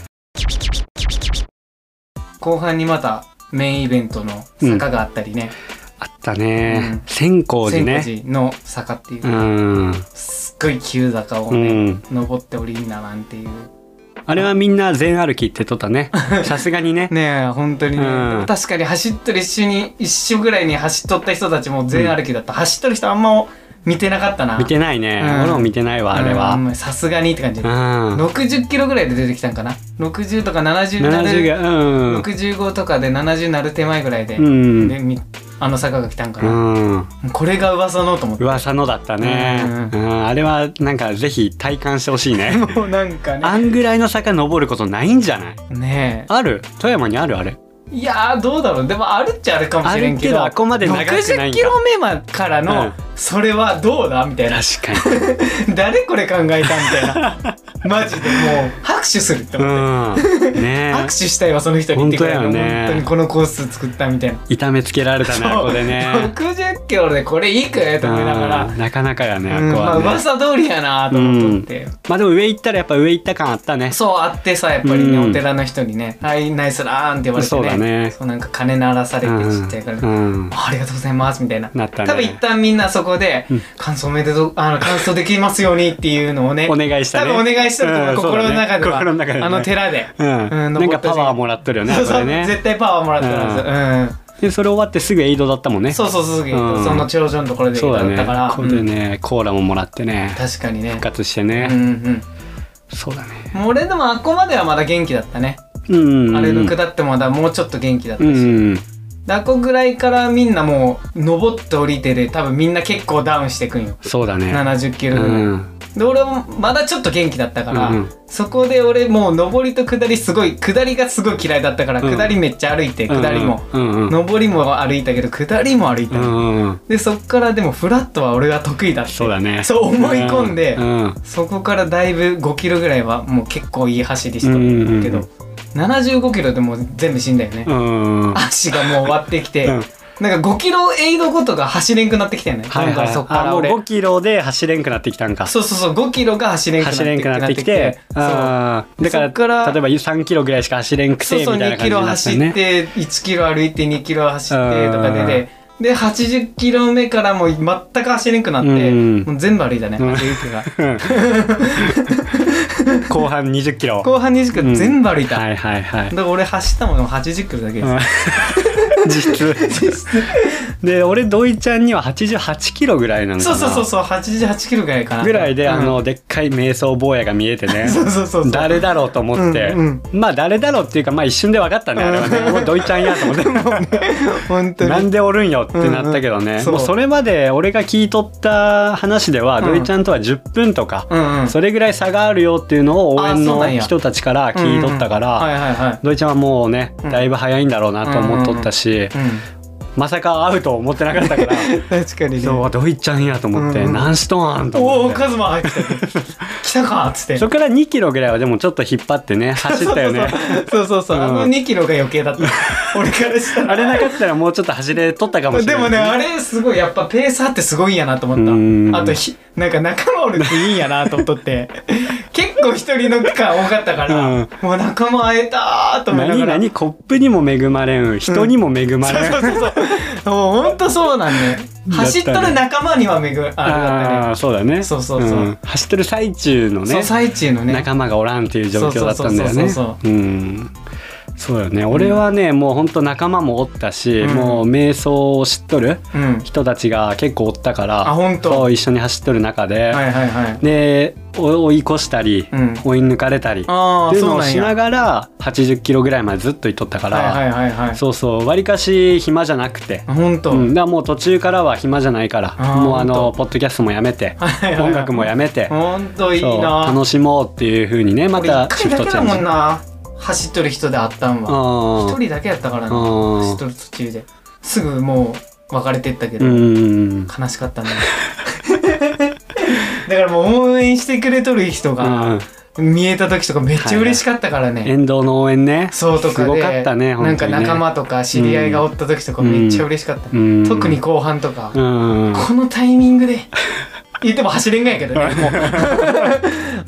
[SPEAKER 1] 後半にまたメインイベントの坂があったりね、
[SPEAKER 2] あったね、
[SPEAKER 1] うん
[SPEAKER 2] 千光寺
[SPEAKER 1] 千
[SPEAKER 2] ね
[SPEAKER 1] 光寺の坂っていう、
[SPEAKER 2] うん
[SPEAKER 1] すっごい急坂をね、
[SPEAKER 2] うん
[SPEAKER 1] 登って降りるんだなんていう
[SPEAKER 2] あれはみんな全歩きってとったねさすがにね
[SPEAKER 1] ねえ本当にね、
[SPEAKER 2] うん
[SPEAKER 1] でも確かに走ってる一緒に一緒ぐらいに走っとった人たちも全歩きだった、走ってる人あんま見てなかったな
[SPEAKER 2] 見てないね、
[SPEAKER 1] うん
[SPEAKER 2] 俺も見てないわあれは、
[SPEAKER 1] うんさすがにって感じ、
[SPEAKER 2] うん
[SPEAKER 1] 60キロぐらいで出てきたんかな60とか70にな
[SPEAKER 2] 70
[SPEAKER 1] る
[SPEAKER 2] がうん
[SPEAKER 1] 65とかで70になる手前ぐらいで,、
[SPEAKER 2] うん
[SPEAKER 1] でみあの坂が来たんかな、
[SPEAKER 2] うん
[SPEAKER 1] これが噂のと
[SPEAKER 2] [laughs]
[SPEAKER 1] 思って
[SPEAKER 2] 噂のだったね、うんあれはなんかぜひ体感してほしいね
[SPEAKER 1] もうなんかね
[SPEAKER 2] あんぐらいの坂登ることないんじゃない
[SPEAKER 1] ね
[SPEAKER 2] ある富山にあるあれ
[SPEAKER 1] えいやーどうだろうでもあるっちゃあるかもしれんけど
[SPEAKER 2] あるけどあこまで長くないん
[SPEAKER 1] 60
[SPEAKER 2] だ
[SPEAKER 1] キロ目まからの、
[SPEAKER 2] うん
[SPEAKER 1] それはどうだみた
[SPEAKER 2] [laughs]
[SPEAKER 1] いな
[SPEAKER 2] 確かに
[SPEAKER 1] 誰これ考えたみたい
[SPEAKER 2] [laughs]
[SPEAKER 1] なマジでもう拍手するって思う、
[SPEAKER 2] うんね
[SPEAKER 1] 拍手したいわその人に言ってくれる
[SPEAKER 2] 本当やね
[SPEAKER 1] 本当にこのコース作ったみたいな
[SPEAKER 2] 痛めつけられたねあこ
[SPEAKER 1] [laughs]
[SPEAKER 2] でね
[SPEAKER 1] 60キロでこれいくと思いながら、
[SPEAKER 2] うんなかなかやねあ
[SPEAKER 1] うん
[SPEAKER 2] こ
[SPEAKER 1] まあ
[SPEAKER 2] はね、ま
[SPEAKER 1] 噂通りやなと思っとって、
[SPEAKER 2] あでも上行ったらやっぱ上行った感あったね
[SPEAKER 1] そうあってさやっぱりね、
[SPEAKER 2] うん
[SPEAKER 1] お寺の人にね「はいナイスラーン」って言われて
[SPEAKER 2] そうだね
[SPEAKER 1] そうなんか鐘鳴らされて
[SPEAKER 2] うん
[SPEAKER 1] ちっちゃいから、
[SPEAKER 2] うん
[SPEAKER 1] ありがとうございますみたいな
[SPEAKER 2] なったね
[SPEAKER 1] 多分一旦みんなそこで
[SPEAKER 2] うん
[SPEAKER 1] 「感想おめでとう
[SPEAKER 2] [laughs]
[SPEAKER 1] あの感想できますように」っていうのをね
[SPEAKER 2] お願いした
[SPEAKER 1] 多
[SPEAKER 2] ね
[SPEAKER 1] 分お願いしたると思う
[SPEAKER 2] うん
[SPEAKER 1] 心の中で
[SPEAKER 2] そう
[SPEAKER 1] は
[SPEAKER 2] だね心の中でね
[SPEAKER 1] あの寺で
[SPEAKER 2] うん、
[SPEAKER 1] うん
[SPEAKER 2] なんかパワーもらっとるよね
[SPEAKER 1] そう
[SPEAKER 2] そ
[SPEAKER 1] そ
[SPEAKER 2] れ
[SPEAKER 1] う
[SPEAKER 2] ね
[SPEAKER 1] 絶対パワーもらってるはずう
[SPEAKER 2] でそれ終わってすぐエイドだったもんね
[SPEAKER 1] んそうそうそう
[SPEAKER 2] うん
[SPEAKER 1] その頂上のところで
[SPEAKER 2] そうだね
[SPEAKER 1] だから
[SPEAKER 2] ここで
[SPEAKER 1] うん
[SPEAKER 2] ね、コーラももらってね
[SPEAKER 1] 確かにね
[SPEAKER 2] 復活して
[SPEAKER 1] うんう
[SPEAKER 2] ね、
[SPEAKER 1] ん
[SPEAKER 2] そうだね
[SPEAKER 1] もう俺でもあっこまではまだ元気だったね
[SPEAKER 2] うん
[SPEAKER 1] あれの
[SPEAKER 2] だ
[SPEAKER 1] 下ってもまだもうちょっと元気だった
[SPEAKER 2] うん
[SPEAKER 1] し
[SPEAKER 2] うん
[SPEAKER 1] であっこぐらいからみんなもう登って降りてで多分みんな結構ダウンしてくんよ
[SPEAKER 2] そうだね
[SPEAKER 1] 70キ
[SPEAKER 2] う
[SPEAKER 1] ロぐらい
[SPEAKER 2] ん
[SPEAKER 1] で俺もまだちょっと元気だったから、
[SPEAKER 2] うんうん
[SPEAKER 1] そこで俺もう上りと下りすごい下りがすごい嫌いだったから、
[SPEAKER 2] うん
[SPEAKER 1] 下りめっちゃ歩いて下りも、
[SPEAKER 2] うんうんうん
[SPEAKER 1] 上りも歩いたけど下りも歩いた、
[SPEAKER 2] うんうん
[SPEAKER 1] でそっからでもフラットは俺は得意だって
[SPEAKER 2] そうだね
[SPEAKER 1] そう思い込んで、
[SPEAKER 2] うんうん
[SPEAKER 1] そこからだいぶ5キロぐらいはもう結構いい走りした
[SPEAKER 2] うんうんうん
[SPEAKER 1] けど、75キロでもう全部死んだよね、
[SPEAKER 2] うんうん
[SPEAKER 1] 足がもう割ってきて、
[SPEAKER 2] うん
[SPEAKER 1] なんか5キロエイドごとが走れんくなってきてんね、
[SPEAKER 2] はい
[SPEAKER 1] どんど
[SPEAKER 2] は
[SPEAKER 1] ん
[SPEAKER 2] い
[SPEAKER 1] そっから
[SPEAKER 2] あ
[SPEAKER 1] 俺
[SPEAKER 2] もう5キロで走れんくなってきたんか
[SPEAKER 1] そうそうそう5キロが走れんくなって
[SPEAKER 2] 走れんくなってきて
[SPEAKER 1] そう
[SPEAKER 2] あーだか
[SPEAKER 1] そ
[SPEAKER 2] ら
[SPEAKER 1] っから
[SPEAKER 2] 例えば3キロぐらいしか走れんくて
[SPEAKER 1] そう
[SPEAKER 2] み
[SPEAKER 1] そ
[SPEAKER 2] た
[SPEAKER 1] う
[SPEAKER 2] いな
[SPEAKER 1] 2
[SPEAKER 2] 感じ
[SPEAKER 1] キ
[SPEAKER 2] に
[SPEAKER 1] ロ
[SPEAKER 2] なった
[SPEAKER 1] 走
[SPEAKER 2] よ
[SPEAKER 1] っ
[SPEAKER 2] ね
[SPEAKER 1] て1キロ歩いて2キロ走ってとか
[SPEAKER 2] う
[SPEAKER 1] で
[SPEAKER 2] ん
[SPEAKER 1] でで80キロ目からもう全く走れんくなって
[SPEAKER 2] うん
[SPEAKER 1] もう全部歩いたね
[SPEAKER 2] うん
[SPEAKER 1] 80キロが
[SPEAKER 2] 後半20キロ
[SPEAKER 1] 後半20キ
[SPEAKER 2] う
[SPEAKER 1] ロ
[SPEAKER 2] ん
[SPEAKER 1] 全部歩いた
[SPEAKER 2] は
[SPEAKER 1] だ
[SPEAKER 2] いはいはい
[SPEAKER 1] から俺走ったもの80キロだけです
[SPEAKER 2] うん [laughs] 実質で俺土井ちゃんには88キロぐらいなのか
[SPEAKER 1] そう
[SPEAKER 2] な
[SPEAKER 1] そうそうそう88キロぐらいかな
[SPEAKER 2] ぐらいで、
[SPEAKER 1] うん
[SPEAKER 2] あのでっかい瞑想坊やが見えてね
[SPEAKER 1] そうそうそうそう
[SPEAKER 2] 誰だろうと思って、
[SPEAKER 1] うん
[SPEAKER 2] まあ誰だろうっていうかまあ一瞬で分かったねあれはね、もう土井ちゃんやと思って
[SPEAKER 1] 本当
[SPEAKER 2] な
[SPEAKER 1] に
[SPEAKER 2] んでおるんよってなったけどね、
[SPEAKER 1] うんうんそう
[SPEAKER 2] もうそれまで俺が聞いとった話では、
[SPEAKER 1] うん
[SPEAKER 2] 土井ちゃんとは10分とか、
[SPEAKER 1] うんうん
[SPEAKER 2] それぐらい差があるよっていうのを応援
[SPEAKER 1] あそう
[SPEAKER 2] の
[SPEAKER 1] なんや
[SPEAKER 2] 人たちから聞いとったから、
[SPEAKER 1] はいはいはい
[SPEAKER 2] 土井ちゃんはもうね
[SPEAKER 1] うん
[SPEAKER 2] だいぶ早いんだろうなと思っとったし、
[SPEAKER 1] うん
[SPEAKER 2] まさか会うと思ってなかったから
[SPEAKER 1] 確かにね
[SPEAKER 2] そう土井ちゃんやと思って、
[SPEAKER 1] うんうん
[SPEAKER 2] 何しとんと
[SPEAKER 1] お
[SPEAKER 2] 思
[SPEAKER 1] お
[SPEAKER 2] って。
[SPEAKER 1] カズマ来た来たかっつって
[SPEAKER 2] そこから2キロぐらいはでもちょっと引っ張ってね走ったよね
[SPEAKER 1] [laughs] そうそうそう、
[SPEAKER 2] うん
[SPEAKER 1] あの2キロが余計
[SPEAKER 2] [laughs]
[SPEAKER 1] だった俺からしたら
[SPEAKER 2] あれなかったらもうちょっと走れとったかもし
[SPEAKER 1] で
[SPEAKER 2] れない
[SPEAKER 1] もねあれすごいやっぱペースあってすごいんやなと思
[SPEAKER 2] う
[SPEAKER 1] っ
[SPEAKER 2] ん
[SPEAKER 1] たあとひなんか仲間おるっていいんやなと思っとって [laughs] 結構一人の区間多かったから、
[SPEAKER 2] うん
[SPEAKER 1] もう仲間会えたーと思いな
[SPEAKER 2] 何
[SPEAKER 1] がら
[SPEAKER 2] 々コップにも恵まれん人にも恵まれん、
[SPEAKER 1] そうそうそうもうほんとそうなん
[SPEAKER 2] [laughs]
[SPEAKER 1] ね
[SPEAKER 2] ね
[SPEAKER 1] 走っとる仲間には恵まあ
[SPEAKER 2] ああーそうだね
[SPEAKER 1] そうそうそうん
[SPEAKER 2] 走ってる最中の
[SPEAKER 1] れだねそ
[SPEAKER 2] ね
[SPEAKER 1] う最中のね
[SPEAKER 2] 仲間がおらんっていう状況だったんだよ
[SPEAKER 1] そう
[SPEAKER 2] ね
[SPEAKER 1] そうそうそう
[SPEAKER 2] うんそうだよね俺はね、もうほんと仲間もおったし、
[SPEAKER 1] うん
[SPEAKER 2] もう瞑想を知っとる
[SPEAKER 1] うん
[SPEAKER 2] 人たちが結構おったから
[SPEAKER 1] あほんと
[SPEAKER 2] そう一緒に走っとる中で、
[SPEAKER 1] はいはいはい
[SPEAKER 2] で追追い越したり、
[SPEAKER 1] うん
[SPEAKER 2] 追い抜かれたりっ
[SPEAKER 1] ああ
[SPEAKER 2] ていう
[SPEAKER 1] そ
[SPEAKER 2] の
[SPEAKER 1] う
[SPEAKER 2] を
[SPEAKER 1] なん
[SPEAKER 2] しな
[SPEAKER 1] や
[SPEAKER 2] がら80キロぐらいまでずっと行っとったから、
[SPEAKER 1] はいはいはいはい
[SPEAKER 2] そうそうわりかし暇じゃなくて。
[SPEAKER 1] あほんと、
[SPEAKER 2] うん、だからもう途中からは暇じゃないから
[SPEAKER 1] あー
[SPEAKER 2] もうあ
[SPEAKER 1] ほん
[SPEAKER 2] の
[SPEAKER 1] と
[SPEAKER 2] ポッドキャストもやめて
[SPEAKER 1] はいはいはい
[SPEAKER 2] 音楽もやめて
[SPEAKER 1] ほんといい
[SPEAKER 2] そう
[SPEAKER 1] な
[SPEAKER 2] 楽しもうっていうふうにねま
[SPEAKER 1] 俺
[SPEAKER 2] た
[SPEAKER 1] 一回だけ
[SPEAKER 2] チ
[SPEAKER 1] だ
[SPEAKER 2] ェンジ
[SPEAKER 1] もんな走っとる人であったんは
[SPEAKER 2] あ
[SPEAKER 1] 一
[SPEAKER 2] ー
[SPEAKER 1] 人だけやったからな
[SPEAKER 2] うん
[SPEAKER 1] 走っとる途中ですぐもう別れてったけ
[SPEAKER 2] う
[SPEAKER 1] ど、
[SPEAKER 2] ん
[SPEAKER 1] 悲しかったね [laughs] だからもう応援してくれとる人
[SPEAKER 2] う
[SPEAKER 1] が
[SPEAKER 2] ん
[SPEAKER 1] 見えた時とかめっちゃ嬉しかったからね、
[SPEAKER 2] 沿道の応援ね
[SPEAKER 1] そうとか
[SPEAKER 2] すご
[SPEAKER 1] で
[SPEAKER 2] かったね
[SPEAKER 1] な
[SPEAKER 2] 本
[SPEAKER 1] ん
[SPEAKER 2] 当
[SPEAKER 1] か
[SPEAKER 2] にね
[SPEAKER 1] 仲間とか知り合いがおった時とか
[SPEAKER 2] うん
[SPEAKER 1] めっちゃ嬉しかった、
[SPEAKER 2] うん
[SPEAKER 1] 特に後半とか、
[SPEAKER 2] うん
[SPEAKER 1] このタイミングで言っても走れんがやけどねもう